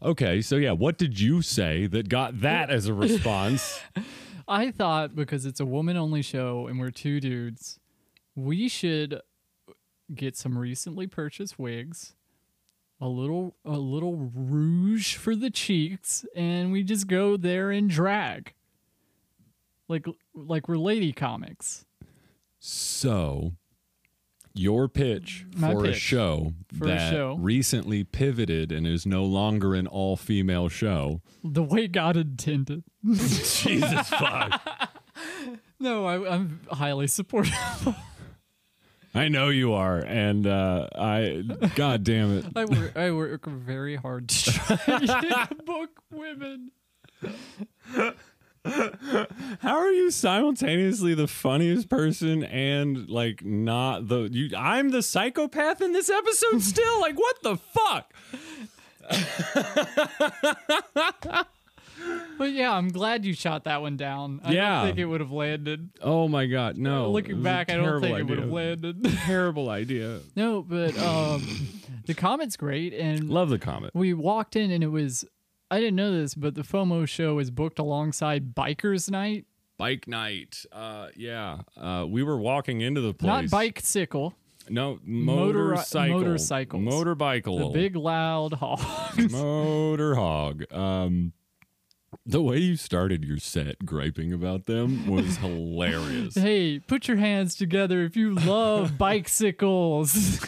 [SPEAKER 1] Okay, so yeah, what did you say that got that as a response?
[SPEAKER 2] I thought because it's a woman only show and we're two dudes, we should get some recently purchased wigs, a little a little rouge for the cheeks, and we just go there and drag. Like like we're lady comics.
[SPEAKER 1] so, your pitch
[SPEAKER 2] My
[SPEAKER 1] for a
[SPEAKER 2] pitch
[SPEAKER 1] show
[SPEAKER 2] for a
[SPEAKER 1] that
[SPEAKER 2] show.
[SPEAKER 1] recently pivoted and is no longer an all female show.
[SPEAKER 2] The way God intended.
[SPEAKER 1] Jesus fuck.
[SPEAKER 2] No, I, I'm highly supportive.
[SPEAKER 1] I know you are. And uh, I, god damn it.
[SPEAKER 2] I work, I work very hard to try to book women.
[SPEAKER 1] How are you simultaneously the funniest person and like not the you I'm the psychopath in this episode still? like what the fuck?
[SPEAKER 2] But yeah, I'm glad you shot that one down. I
[SPEAKER 1] Yeah.
[SPEAKER 2] don't think it would have landed.
[SPEAKER 1] Oh my god, no. It
[SPEAKER 2] Looking
[SPEAKER 1] was a
[SPEAKER 2] back, I don't
[SPEAKER 1] terrible
[SPEAKER 2] think it would have
[SPEAKER 1] idea.
[SPEAKER 2] landed.
[SPEAKER 1] Terrible idea.
[SPEAKER 2] no, but um, the comment's great, and
[SPEAKER 1] Love the comment.
[SPEAKER 2] we walked in, and it was. I didn't know this, but the FOMO show is booked alongside Bikers Night,
[SPEAKER 1] Bike night. Uh yeah. Uh we were walking into the place.
[SPEAKER 2] not Bike Sickle,
[SPEAKER 1] No,
[SPEAKER 2] Motor-
[SPEAKER 1] motorcycle.
[SPEAKER 2] motorcycles.
[SPEAKER 1] Motorbicycle.
[SPEAKER 2] the Big Loud Hog.
[SPEAKER 1] Motor hog. Um, the way you started your set griping about them was hilarious.
[SPEAKER 2] hey, put your hands together if you love bicycles.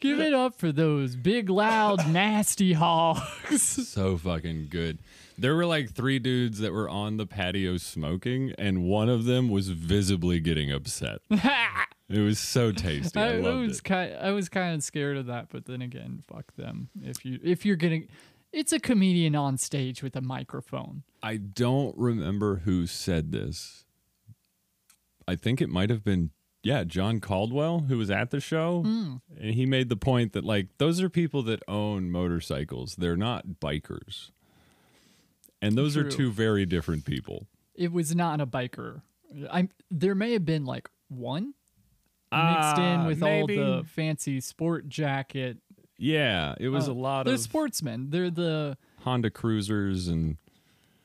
[SPEAKER 2] Give it up for those big, loud, nasty hogs.
[SPEAKER 1] so fucking good. There were like three dudes that were on the patio smoking, and one of them was visibly getting upset.
[SPEAKER 2] I,
[SPEAKER 1] It was so tasty. I, loved
[SPEAKER 2] was
[SPEAKER 1] it.
[SPEAKER 2] kind, I was kind of scared of that, but then again, fuck them. If you if you're getting, it's a comedian on stage with a microphone.
[SPEAKER 1] I don't remember who said this. I think it might have been yeah, John Caldwell who was at the show
[SPEAKER 2] Hmm.
[SPEAKER 1] and he made the point that like those are people that own motorcycles. They're not bikers. And those are
[SPEAKER 2] True.
[SPEAKER 1] two very different people.
[SPEAKER 2] It was not a biker. I there may have been like one mixed in
[SPEAKER 1] Ah,
[SPEAKER 2] with
[SPEAKER 1] maybe.
[SPEAKER 2] all the fancy sport jacket.
[SPEAKER 1] Yeah, it was
[SPEAKER 2] Uh,
[SPEAKER 1] a lot
[SPEAKER 2] they're
[SPEAKER 1] of
[SPEAKER 2] sportsmen. They're the
[SPEAKER 1] Honda Cruisers and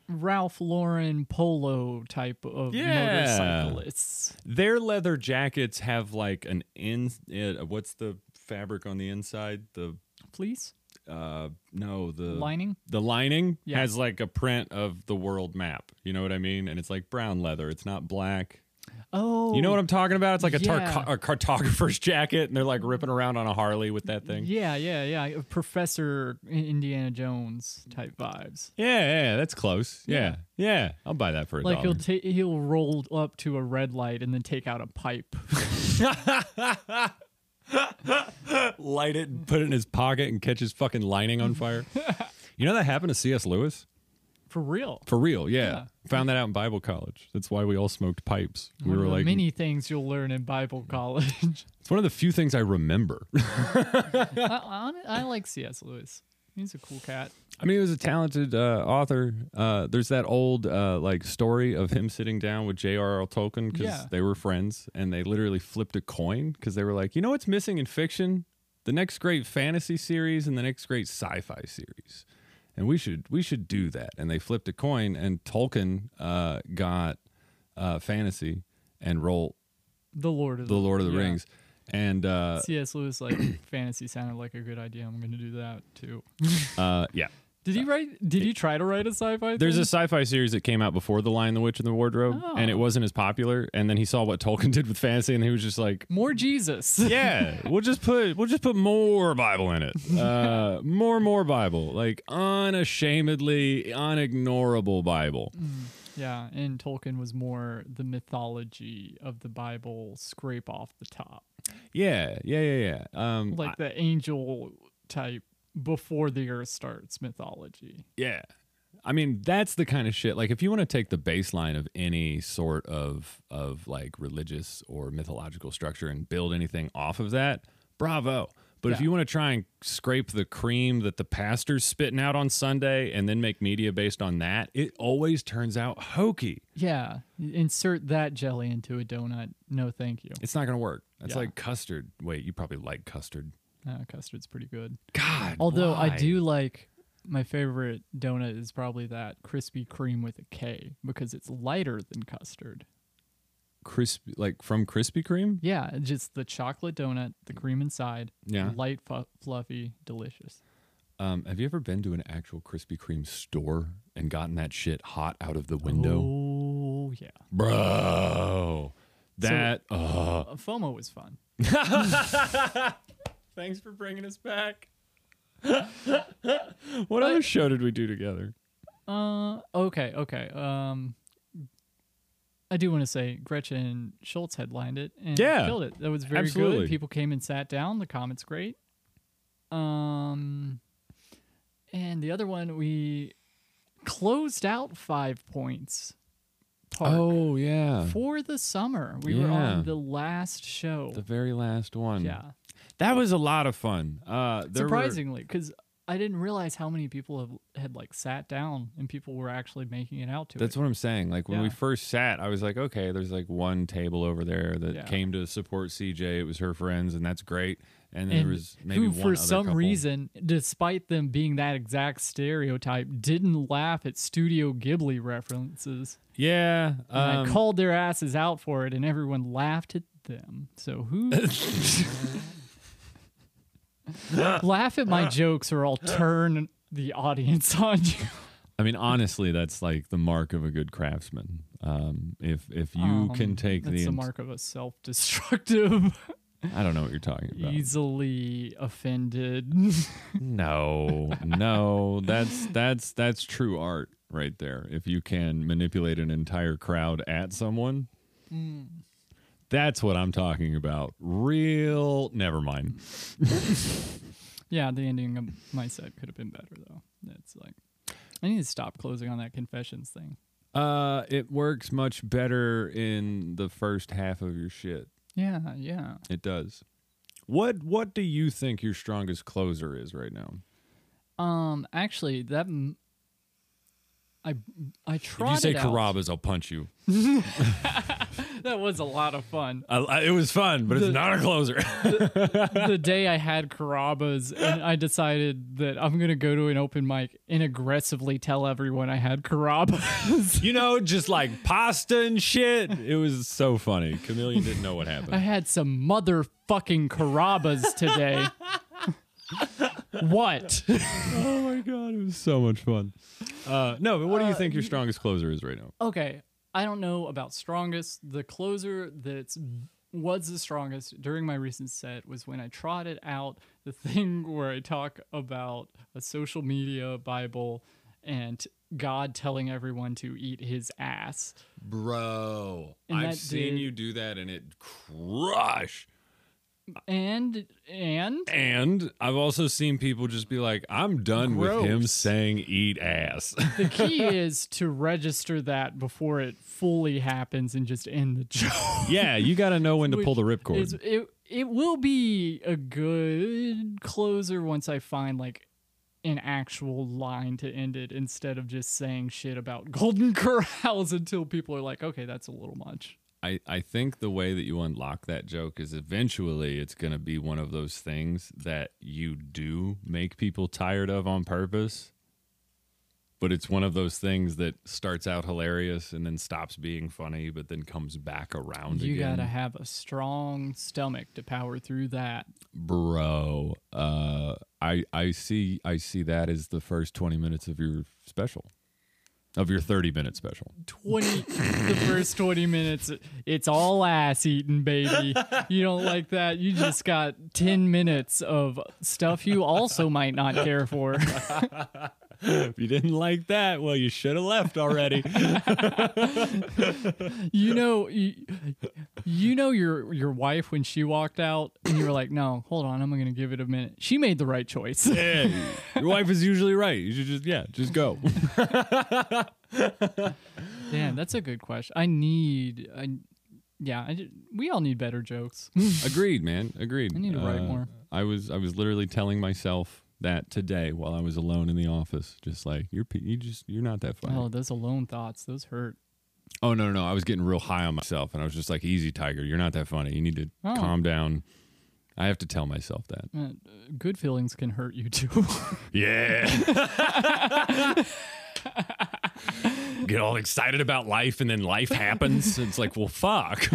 [SPEAKER 2] Ralph Lauren polo type of
[SPEAKER 1] Yeah.
[SPEAKER 2] motorcyclists.
[SPEAKER 1] their leather jackets have like an in uh, what's the fabric on the inside? The
[SPEAKER 2] Please?
[SPEAKER 1] uh no, the
[SPEAKER 2] Lining?
[SPEAKER 1] the lining
[SPEAKER 2] Yeah.
[SPEAKER 1] has like a print of the world map. You know what I mean? And it's like brown leather. It's not black.
[SPEAKER 2] Oh.
[SPEAKER 1] You know what I'm talking about? It's like a, tar-
[SPEAKER 2] Yeah.
[SPEAKER 1] a cartographer's jacket, and they're like ripping around on a Harley with that thing. Yeah,
[SPEAKER 2] Yeah, yeah, yeah. A Professor Indiana Jones type vibes.
[SPEAKER 1] yeah, that's close. Yeah, yeah, I'll buy that for a
[SPEAKER 2] Like
[SPEAKER 1] dollar.
[SPEAKER 2] he'll ta- he'll roll up to a red light and then take out a pipe.
[SPEAKER 1] Light it, and put it in his pocket, and catch his fucking lining on fire. you know that happened to C.S. Lewis
[SPEAKER 2] For real.
[SPEAKER 1] for real. Yeah. found that out in Bible college. That's why we all smoked pipes. We
[SPEAKER 2] One
[SPEAKER 1] were
[SPEAKER 2] of the
[SPEAKER 1] like,
[SPEAKER 2] many things you'll learn in Bible college.
[SPEAKER 1] it's one of the few things I remember.
[SPEAKER 2] I, I, I like C.S. Lewis. He's a cool cat.
[SPEAKER 1] I mean, he was a talented uh, author. Uh, there's that old uh, like story of him sitting down with J.R.R. Tolkien because
[SPEAKER 2] Yeah.
[SPEAKER 1] they were friends, and they literally flipped a coin because they were like, you know what's missing in fiction? The next great fantasy series and the next great sci-fi series, and we should we should do that. And they flipped a coin, and Tolkien uh, got uh, fantasy and roll
[SPEAKER 2] The Lord of
[SPEAKER 1] the Lord of the
[SPEAKER 2] yeah.
[SPEAKER 1] Rings, and uh,
[SPEAKER 2] C.S. Lewis like fantasy sounded like a good idea. I'm gonna do that too.
[SPEAKER 1] uh, yeah.
[SPEAKER 2] Did he write? Did he try to write a sci-fi?
[SPEAKER 1] There's a
[SPEAKER 2] thing?
[SPEAKER 1] sci-fi series that came out before The Lion, the Witch, and the Wardrobe,
[SPEAKER 2] Oh.
[SPEAKER 1] and it wasn't as popular. And then he saw what Tolkien did with fantasy, and he was just like,
[SPEAKER 2] more Jesus.
[SPEAKER 1] "Yeah, we'll just put we'll just put more Bible in it, uh, more more Bible, like unashamedly unignorable Bible."
[SPEAKER 2] Mm. Yeah, and Tolkien was more the mythology of the Bible scrape off the top,
[SPEAKER 1] Yeah, yeah, yeah, yeah. Um,
[SPEAKER 2] like the angel type before the earth starts mythology.
[SPEAKER 1] Yeah. I mean, that's the kind of shit. Like, if you want to take the baseline of any sort of of like religious or mythological structure and build anything off of that, bravo. But if
[SPEAKER 2] Yeah.
[SPEAKER 1] you want to try and scrape the cream that the pastor's spitting out on Sunday and then make media based on that, it always turns out hokey.
[SPEAKER 2] Yeah, insert that jelly into a donut. No, thank you.
[SPEAKER 1] It's not going to work. That's
[SPEAKER 2] Yeah.
[SPEAKER 1] like custard. Wait, you probably like custard.
[SPEAKER 2] Uh, custard's pretty good.
[SPEAKER 1] God.
[SPEAKER 2] Although I
[SPEAKER 1] why?
[SPEAKER 2] do like my favorite donut is probably that Krispy Kreme with a K because it's lighter than custard.
[SPEAKER 1] crispy, like from Krispy Kreme.
[SPEAKER 2] Yeah, it's just the chocolate donut, the cream inside,
[SPEAKER 1] Yeah.
[SPEAKER 2] light, fu- fluffy, delicious.
[SPEAKER 1] Um, have you ever been to an actual Krispy Kreme store and gotten that shit hot out of the window,
[SPEAKER 2] Oh yeah,
[SPEAKER 1] bro? That. uh,
[SPEAKER 2] Uh, FOMO was fun.
[SPEAKER 1] Thanks for bringing us back. what other show did we do together?
[SPEAKER 2] Uh, okay, okay. Um, I do want to say Gretchen Schultz headlined it and
[SPEAKER 1] Yeah.
[SPEAKER 2] killed it. That was very
[SPEAKER 1] Absolutely.
[SPEAKER 2] good. People came and sat down. The comments great. Um, and the other one we closed out five points. Park
[SPEAKER 1] Oh yeah,
[SPEAKER 2] for the summer. We were on
[SPEAKER 1] Yeah.
[SPEAKER 2] the last show.
[SPEAKER 1] the very last one.
[SPEAKER 2] yeah,
[SPEAKER 1] that was a lot of fun. Uh, there were-
[SPEAKER 2] surprisingly, because. I didn't realize how many people have, had like sat down and people were actually making it out to
[SPEAKER 1] That's
[SPEAKER 2] it.
[SPEAKER 1] what I'm saying. Like when we
[SPEAKER 2] Yeah.
[SPEAKER 1] first sat, I was like, okay, there's like one table over there that
[SPEAKER 2] Yeah.
[SPEAKER 1] came to support CJ. It was her friends, and that's great. And, then
[SPEAKER 2] and
[SPEAKER 1] there was maybe
[SPEAKER 2] who,
[SPEAKER 1] one
[SPEAKER 2] for
[SPEAKER 1] other
[SPEAKER 2] some
[SPEAKER 1] couple.
[SPEAKER 2] reason, despite them being that exact stereotype, didn't laugh at Studio Ghibli references.
[SPEAKER 1] Yeah.
[SPEAKER 2] And
[SPEAKER 1] um,
[SPEAKER 2] I called their asses out for it, and everyone laughed at them. So who? laugh at my jokes, or I'll turn the audience on you.
[SPEAKER 1] I mean, honestly, that's like the mark of a good craftsman. Um, if if you
[SPEAKER 2] Um,
[SPEAKER 1] can take
[SPEAKER 2] that's
[SPEAKER 1] the, ins-
[SPEAKER 2] mark of a self-destructive,
[SPEAKER 1] I don't know what you're talking about.
[SPEAKER 2] easily offended.
[SPEAKER 1] No, no, that's that's that's true art right there. If you can manipulate an entire crowd at someone,
[SPEAKER 2] Hmm.
[SPEAKER 1] that's what I'm talking about. Real, never mind.
[SPEAKER 2] Yeah, the ending of my set could have been better though. It's like I need to stop closing on that confessions thing.
[SPEAKER 1] Uh, it works much better in the first half of your shit.
[SPEAKER 2] Yeah, yeah.
[SPEAKER 1] It does. What What do you think your strongest closer is right now?
[SPEAKER 2] Um, actually, that m- I I tried.
[SPEAKER 1] if you say Carabas, I'll punch you.
[SPEAKER 2] that was a lot of fun.
[SPEAKER 1] I, I- it was fun, but it's not a closer.
[SPEAKER 2] the day I had Carabas, and I decided that I'm gonna go to an open mic and aggressively tell everyone I had Carabas.
[SPEAKER 1] you know, just like pasta and shit. It was so funny. Chameleon didn't know what
[SPEAKER 2] I
[SPEAKER 1] happened.
[SPEAKER 2] had some motherfucking Carabas today. what?
[SPEAKER 1] oh my god, it was so much fun. Uh, no, but what do you think your strongest closer is right now?
[SPEAKER 2] okay, I don't know about strongest. The closer that was the strongest during my recent set was when I trotted out the thing where I talk about a social media Bible and God telling everyone to eat his ass.
[SPEAKER 1] Bro,
[SPEAKER 2] And that did-
[SPEAKER 1] do that and it crush.
[SPEAKER 2] And and
[SPEAKER 1] And I've also seen people just be like, I'm done
[SPEAKER 2] Gross.
[SPEAKER 1] with him saying eat ass.
[SPEAKER 2] the key is to register that before it fully happens and just end the joke.
[SPEAKER 1] yeah, you got to know when to pull the ripcord.
[SPEAKER 2] It's- it it will be a good closer once I find like an actual line to end it instead of just saying shit about golden corrals until people are like, okay, that's a little much.
[SPEAKER 1] I, I think the way that you unlock that joke is eventually it's going to be one of those things that you do make people tired of on purpose. But it's one of those things that starts out hilarious and then stops being funny, but then comes back around
[SPEAKER 2] You
[SPEAKER 1] again.
[SPEAKER 2] gotta have a strong stomach to power through that.
[SPEAKER 1] Bro, uh, I I see I see that as the first twenty minutes of your special, of your thirty minute special.
[SPEAKER 2] Twenty, the first twenty minutes, it's all ass eating, baby. You don't like that? You just got ten minutes of stuff you also might not care for.
[SPEAKER 1] if you didn't like that, well, you should have left already.
[SPEAKER 2] you know you, you know your your wife when she walked out and you were like no hold on i'm gonna give it a minute she made the right choice
[SPEAKER 1] Hey, your wife is usually right. You should just yeah, just go.
[SPEAKER 2] damn that's a good question i need i yeah I, ju- we all need better jokes
[SPEAKER 1] Mm. Agreed, man. Agreed. I
[SPEAKER 2] need to write more.
[SPEAKER 1] I was I was literally telling myself that today while I was alone in the office, just like you're pe- you just you're not that funny.
[SPEAKER 2] oh those alone thoughts those hurt
[SPEAKER 1] Oh no, no, no. I was getting real high on myself and I was just like, "Easy, Tiger. You're not that funny. You need to
[SPEAKER 2] Oh.
[SPEAKER 1] calm down." I have to tell myself that.
[SPEAKER 2] Uh, good feelings can hurt you too.
[SPEAKER 1] Yeah. Get all excited about life and then life happens. It's like, well, fuck.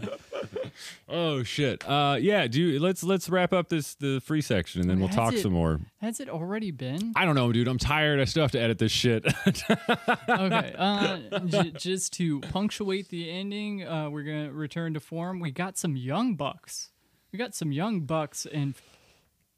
[SPEAKER 1] oh shit. Uh, yeah. Do you, let's let's wrap up this the free section and then we'll
[SPEAKER 2] Has
[SPEAKER 1] talk
[SPEAKER 2] it-
[SPEAKER 1] some more.
[SPEAKER 2] Has it already been?
[SPEAKER 1] I don't know, dude. I'm tired. I still have to edit this shit.
[SPEAKER 2] Okay. Uh, j- just to punctuate the ending, uh, we're gonna return to form. We got some young bucks. We got some young bucks, and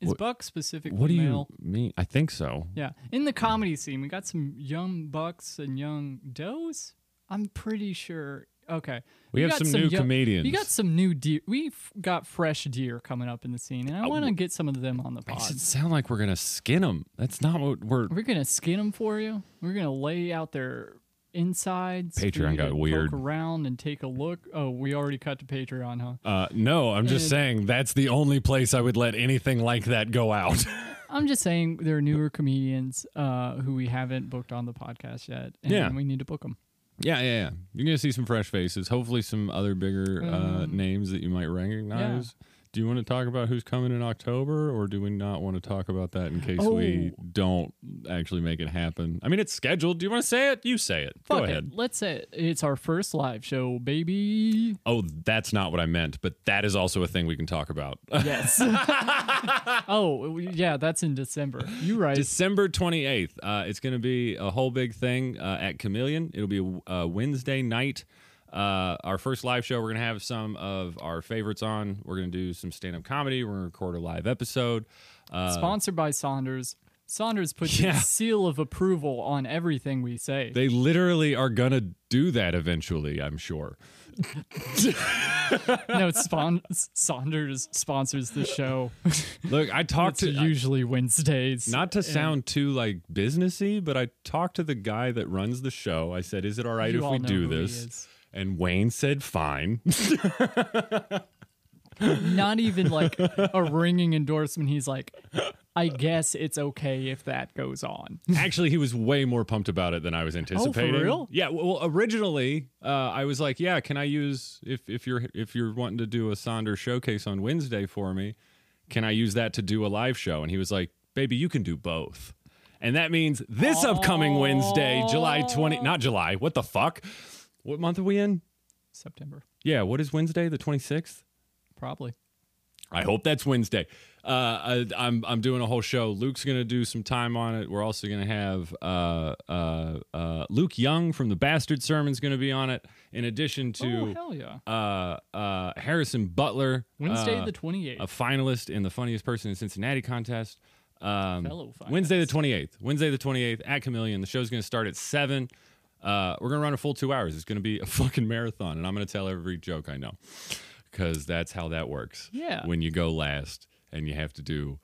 [SPEAKER 2] is
[SPEAKER 1] What-
[SPEAKER 2] buck specific?
[SPEAKER 1] what do you
[SPEAKER 2] male?
[SPEAKER 1] mean? I think so.
[SPEAKER 2] Yeah, in the comedy scene, we got some young bucks and young does. I'm pretty sure. Okay,
[SPEAKER 1] We have
[SPEAKER 2] got
[SPEAKER 1] some new
[SPEAKER 2] young-
[SPEAKER 1] comedians.
[SPEAKER 2] We got some new deer. We f- got fresh deer coming up in the scene,
[SPEAKER 1] Oh,
[SPEAKER 2] and I want to get some of them on the pod.
[SPEAKER 1] Makes it sound like we're gonna skin them. That's not what we're.
[SPEAKER 2] We're gonna skin them for you. We're gonna lay out their insides. for
[SPEAKER 1] Patreon
[SPEAKER 2] you to
[SPEAKER 1] got weird.
[SPEAKER 2] Poke around and take a look. Oh, we already cut to Patreon, huh?
[SPEAKER 1] Uh, no, I'm just
[SPEAKER 2] Uh,
[SPEAKER 1] saying that's the only place I would let anything like that go out.
[SPEAKER 2] I'm just saying there are newer comedians uh, who we haven't booked on the podcast yet, and
[SPEAKER 1] Yeah.
[SPEAKER 2] we need to book them.
[SPEAKER 1] Yeah, yeah, yeah. You're gonna see some fresh faces. Hopefully, some other bigger uh,
[SPEAKER 2] Mm-hmm.
[SPEAKER 1] names that you might recognize. Do you want to talk about who's coming in October, or do we not want to talk about that in case we
[SPEAKER 2] Oh.
[SPEAKER 1] don't actually make it happen? I mean, it's scheduled. Do you want to say it? You say it. Go
[SPEAKER 2] Fuck it.
[SPEAKER 1] ahead.
[SPEAKER 2] Let's say it. it's our first live show, baby.
[SPEAKER 1] Oh, that's not what I meant, but that is also a thing we can talk about.
[SPEAKER 2] Yes. oh yeah, that's in December. You right?
[SPEAKER 1] December 28th. Uh, it's going to be a whole big thing uh, at Chameleon. It'll be a, uh Wednesday night. Uh, our first live show, we're going to have some of our favorites on. We're going to do some stand up comedy. We're going to record a live episode. Uh,
[SPEAKER 2] Sponsored by Saunders. Saunders puts
[SPEAKER 1] Yeah.
[SPEAKER 2] his seal of approval on everything we say.
[SPEAKER 1] they literally are going to do that eventually, I'm sure.
[SPEAKER 2] no, Spon- Saunders sponsors the show.
[SPEAKER 1] Look, I talked
[SPEAKER 2] It's
[SPEAKER 1] to
[SPEAKER 2] usually Wednesdays.
[SPEAKER 1] Not to sound too like businessy, but I talked to the guy that runs the show. I said, "Is it all right
[SPEAKER 2] You
[SPEAKER 1] if
[SPEAKER 2] all
[SPEAKER 1] we
[SPEAKER 2] know
[SPEAKER 1] do
[SPEAKER 2] who he
[SPEAKER 1] this?"
[SPEAKER 2] is.
[SPEAKER 1] And Wayne said, "Fine."
[SPEAKER 2] not even like a ringing endorsement. He's like, I guess it's okay if that goes on.
[SPEAKER 1] Actually, he was way more pumped about it than I was anticipating.
[SPEAKER 2] real?
[SPEAKER 1] Yeah. Well, originally, uh, I was like, "Yeah, can I use if if you're if you're wanting to do a Sonder showcase on Wednesday for me, can I use that to do a live show?" And he was like, "Baby, you can do both." And that means this upcoming Wednesday, July 20 not July. What the fuck? What month are we in?
[SPEAKER 2] September,
[SPEAKER 1] Yeah, what is Wednesday, the 26th?
[SPEAKER 2] probably.
[SPEAKER 1] I hope that's Wednesday. Uh, I, I'm I'm doing a whole show. Luke's gonna do some time on it. We're also gonna have uh, uh, uh, Luke Young from the Bastard Sermon's gonna be on it. In addition
[SPEAKER 2] Oh,
[SPEAKER 1] to
[SPEAKER 2] hell yeah.
[SPEAKER 1] uh, uh, Harrison Butler,
[SPEAKER 2] Wednesday
[SPEAKER 1] uh,
[SPEAKER 2] the 28th.
[SPEAKER 1] a finalist in the Funniest Person in Cincinnati contest. Um,
[SPEAKER 2] Fellow finalist.
[SPEAKER 1] Wednesday the 28th. Wednesday the 28th at Chameleon. The show's going to start at 7. Uh, we're going to run a full two hours. It's going to be a fucking marathon, and I'm going to tell every joke I know because that's how that works.
[SPEAKER 2] Yeah.
[SPEAKER 1] When you go last and you have to do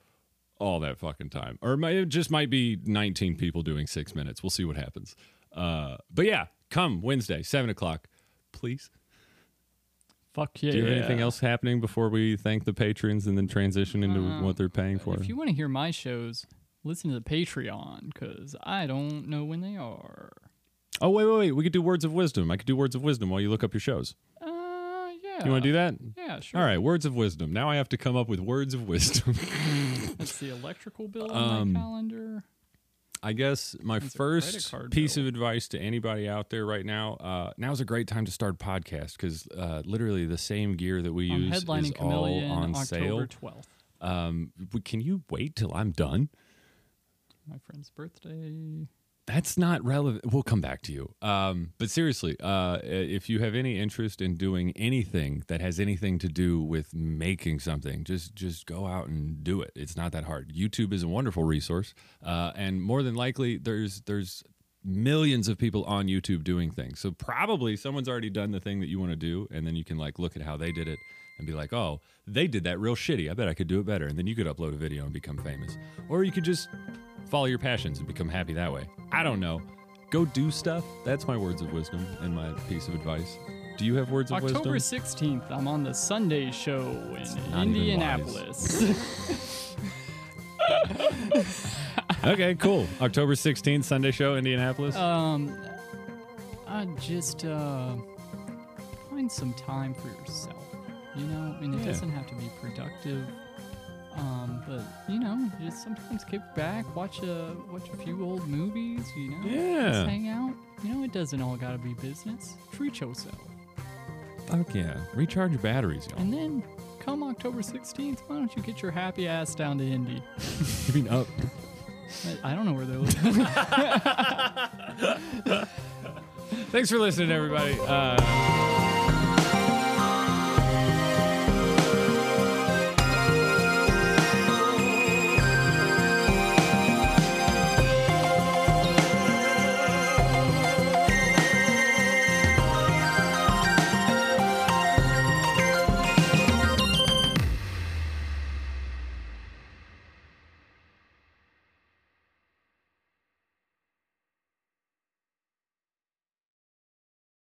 [SPEAKER 1] all that fucking time. Or it, might, it just might be 19 people doing six minutes. We'll see what happens. Uh, but yeah, come Wednesday, 7 o'clock, please.
[SPEAKER 2] Fuck yeah.
[SPEAKER 1] Do you have anything else happening before we thank the patrons and then transition into what they're paying for?
[SPEAKER 2] Mm-hmm. If you want to hear my shows, listen to the Patreon because I don't know when they are.
[SPEAKER 1] oh, wait, wait, wait. We could do words of wisdom. I could do words of wisdom while you look up your shows.
[SPEAKER 2] Uh, yeah.
[SPEAKER 1] You want to do that?
[SPEAKER 2] Yeah, sure.
[SPEAKER 1] All right, words of wisdom. Now I have to come up with words of wisdom.
[SPEAKER 2] That's the electrical bill on
[SPEAKER 1] Um,
[SPEAKER 2] my calendar.
[SPEAKER 1] I guess my
[SPEAKER 2] a credit
[SPEAKER 1] first
[SPEAKER 2] card
[SPEAKER 1] piece
[SPEAKER 2] bill.
[SPEAKER 1] of advice to anybody out there right now, uh, now's a great time to start a podcast because uh, literally the same gear that we
[SPEAKER 2] I'm
[SPEAKER 1] use is
[SPEAKER 2] headlining
[SPEAKER 1] all
[SPEAKER 2] Chameleon
[SPEAKER 1] on
[SPEAKER 2] October
[SPEAKER 1] sale.
[SPEAKER 2] 12th,
[SPEAKER 1] Um, w- can you wait till I'm done?
[SPEAKER 2] my friend's birthday.
[SPEAKER 1] that's not relevant. We'll come back to you. Um, but seriously, uh, if you have any interest in doing anything that has anything to do with making something, just just go out and do it. It's not that hard. YouTube is a wonderful resource, uh, and more than likely, there's there's millions of people on YouTube doing things. So probably someone's already done the thing that you want to do, and then you can like look at how they did it and be like, oh, they did that real shitty. I bet I could do it better. And then you could upload a video and become famous, or you could just follow your passions and become happy that way. I don't know. Go do stuff. That's my words of wisdom and my piece of advice. Do you have words of
[SPEAKER 2] October
[SPEAKER 1] wisdom?
[SPEAKER 2] 16th, I'm on the Sunday show in
[SPEAKER 1] not even
[SPEAKER 2] Indianapolis.
[SPEAKER 1] Uh, okay, cool. October 16th, Sunday show, Indianapolis.
[SPEAKER 2] um, uh, just uh, find some time for yourself. You know, and it
[SPEAKER 1] Yeah.
[SPEAKER 2] doesn't have to be productive. Um, but you know, just sometimes kick back, watch a watch a few old movies. You know,
[SPEAKER 1] Yeah.
[SPEAKER 2] just hang out. You know, it doesn't all gotta be business. Treat yourself,
[SPEAKER 1] Fuck yeah. Recharge your batteries, y'all.
[SPEAKER 2] and then come October sixteenth, why don't you get your happy ass down to Indy?
[SPEAKER 1] You mean up?
[SPEAKER 2] I- I don't know where they're living.
[SPEAKER 1] Thanks for listening, everybody. Uh,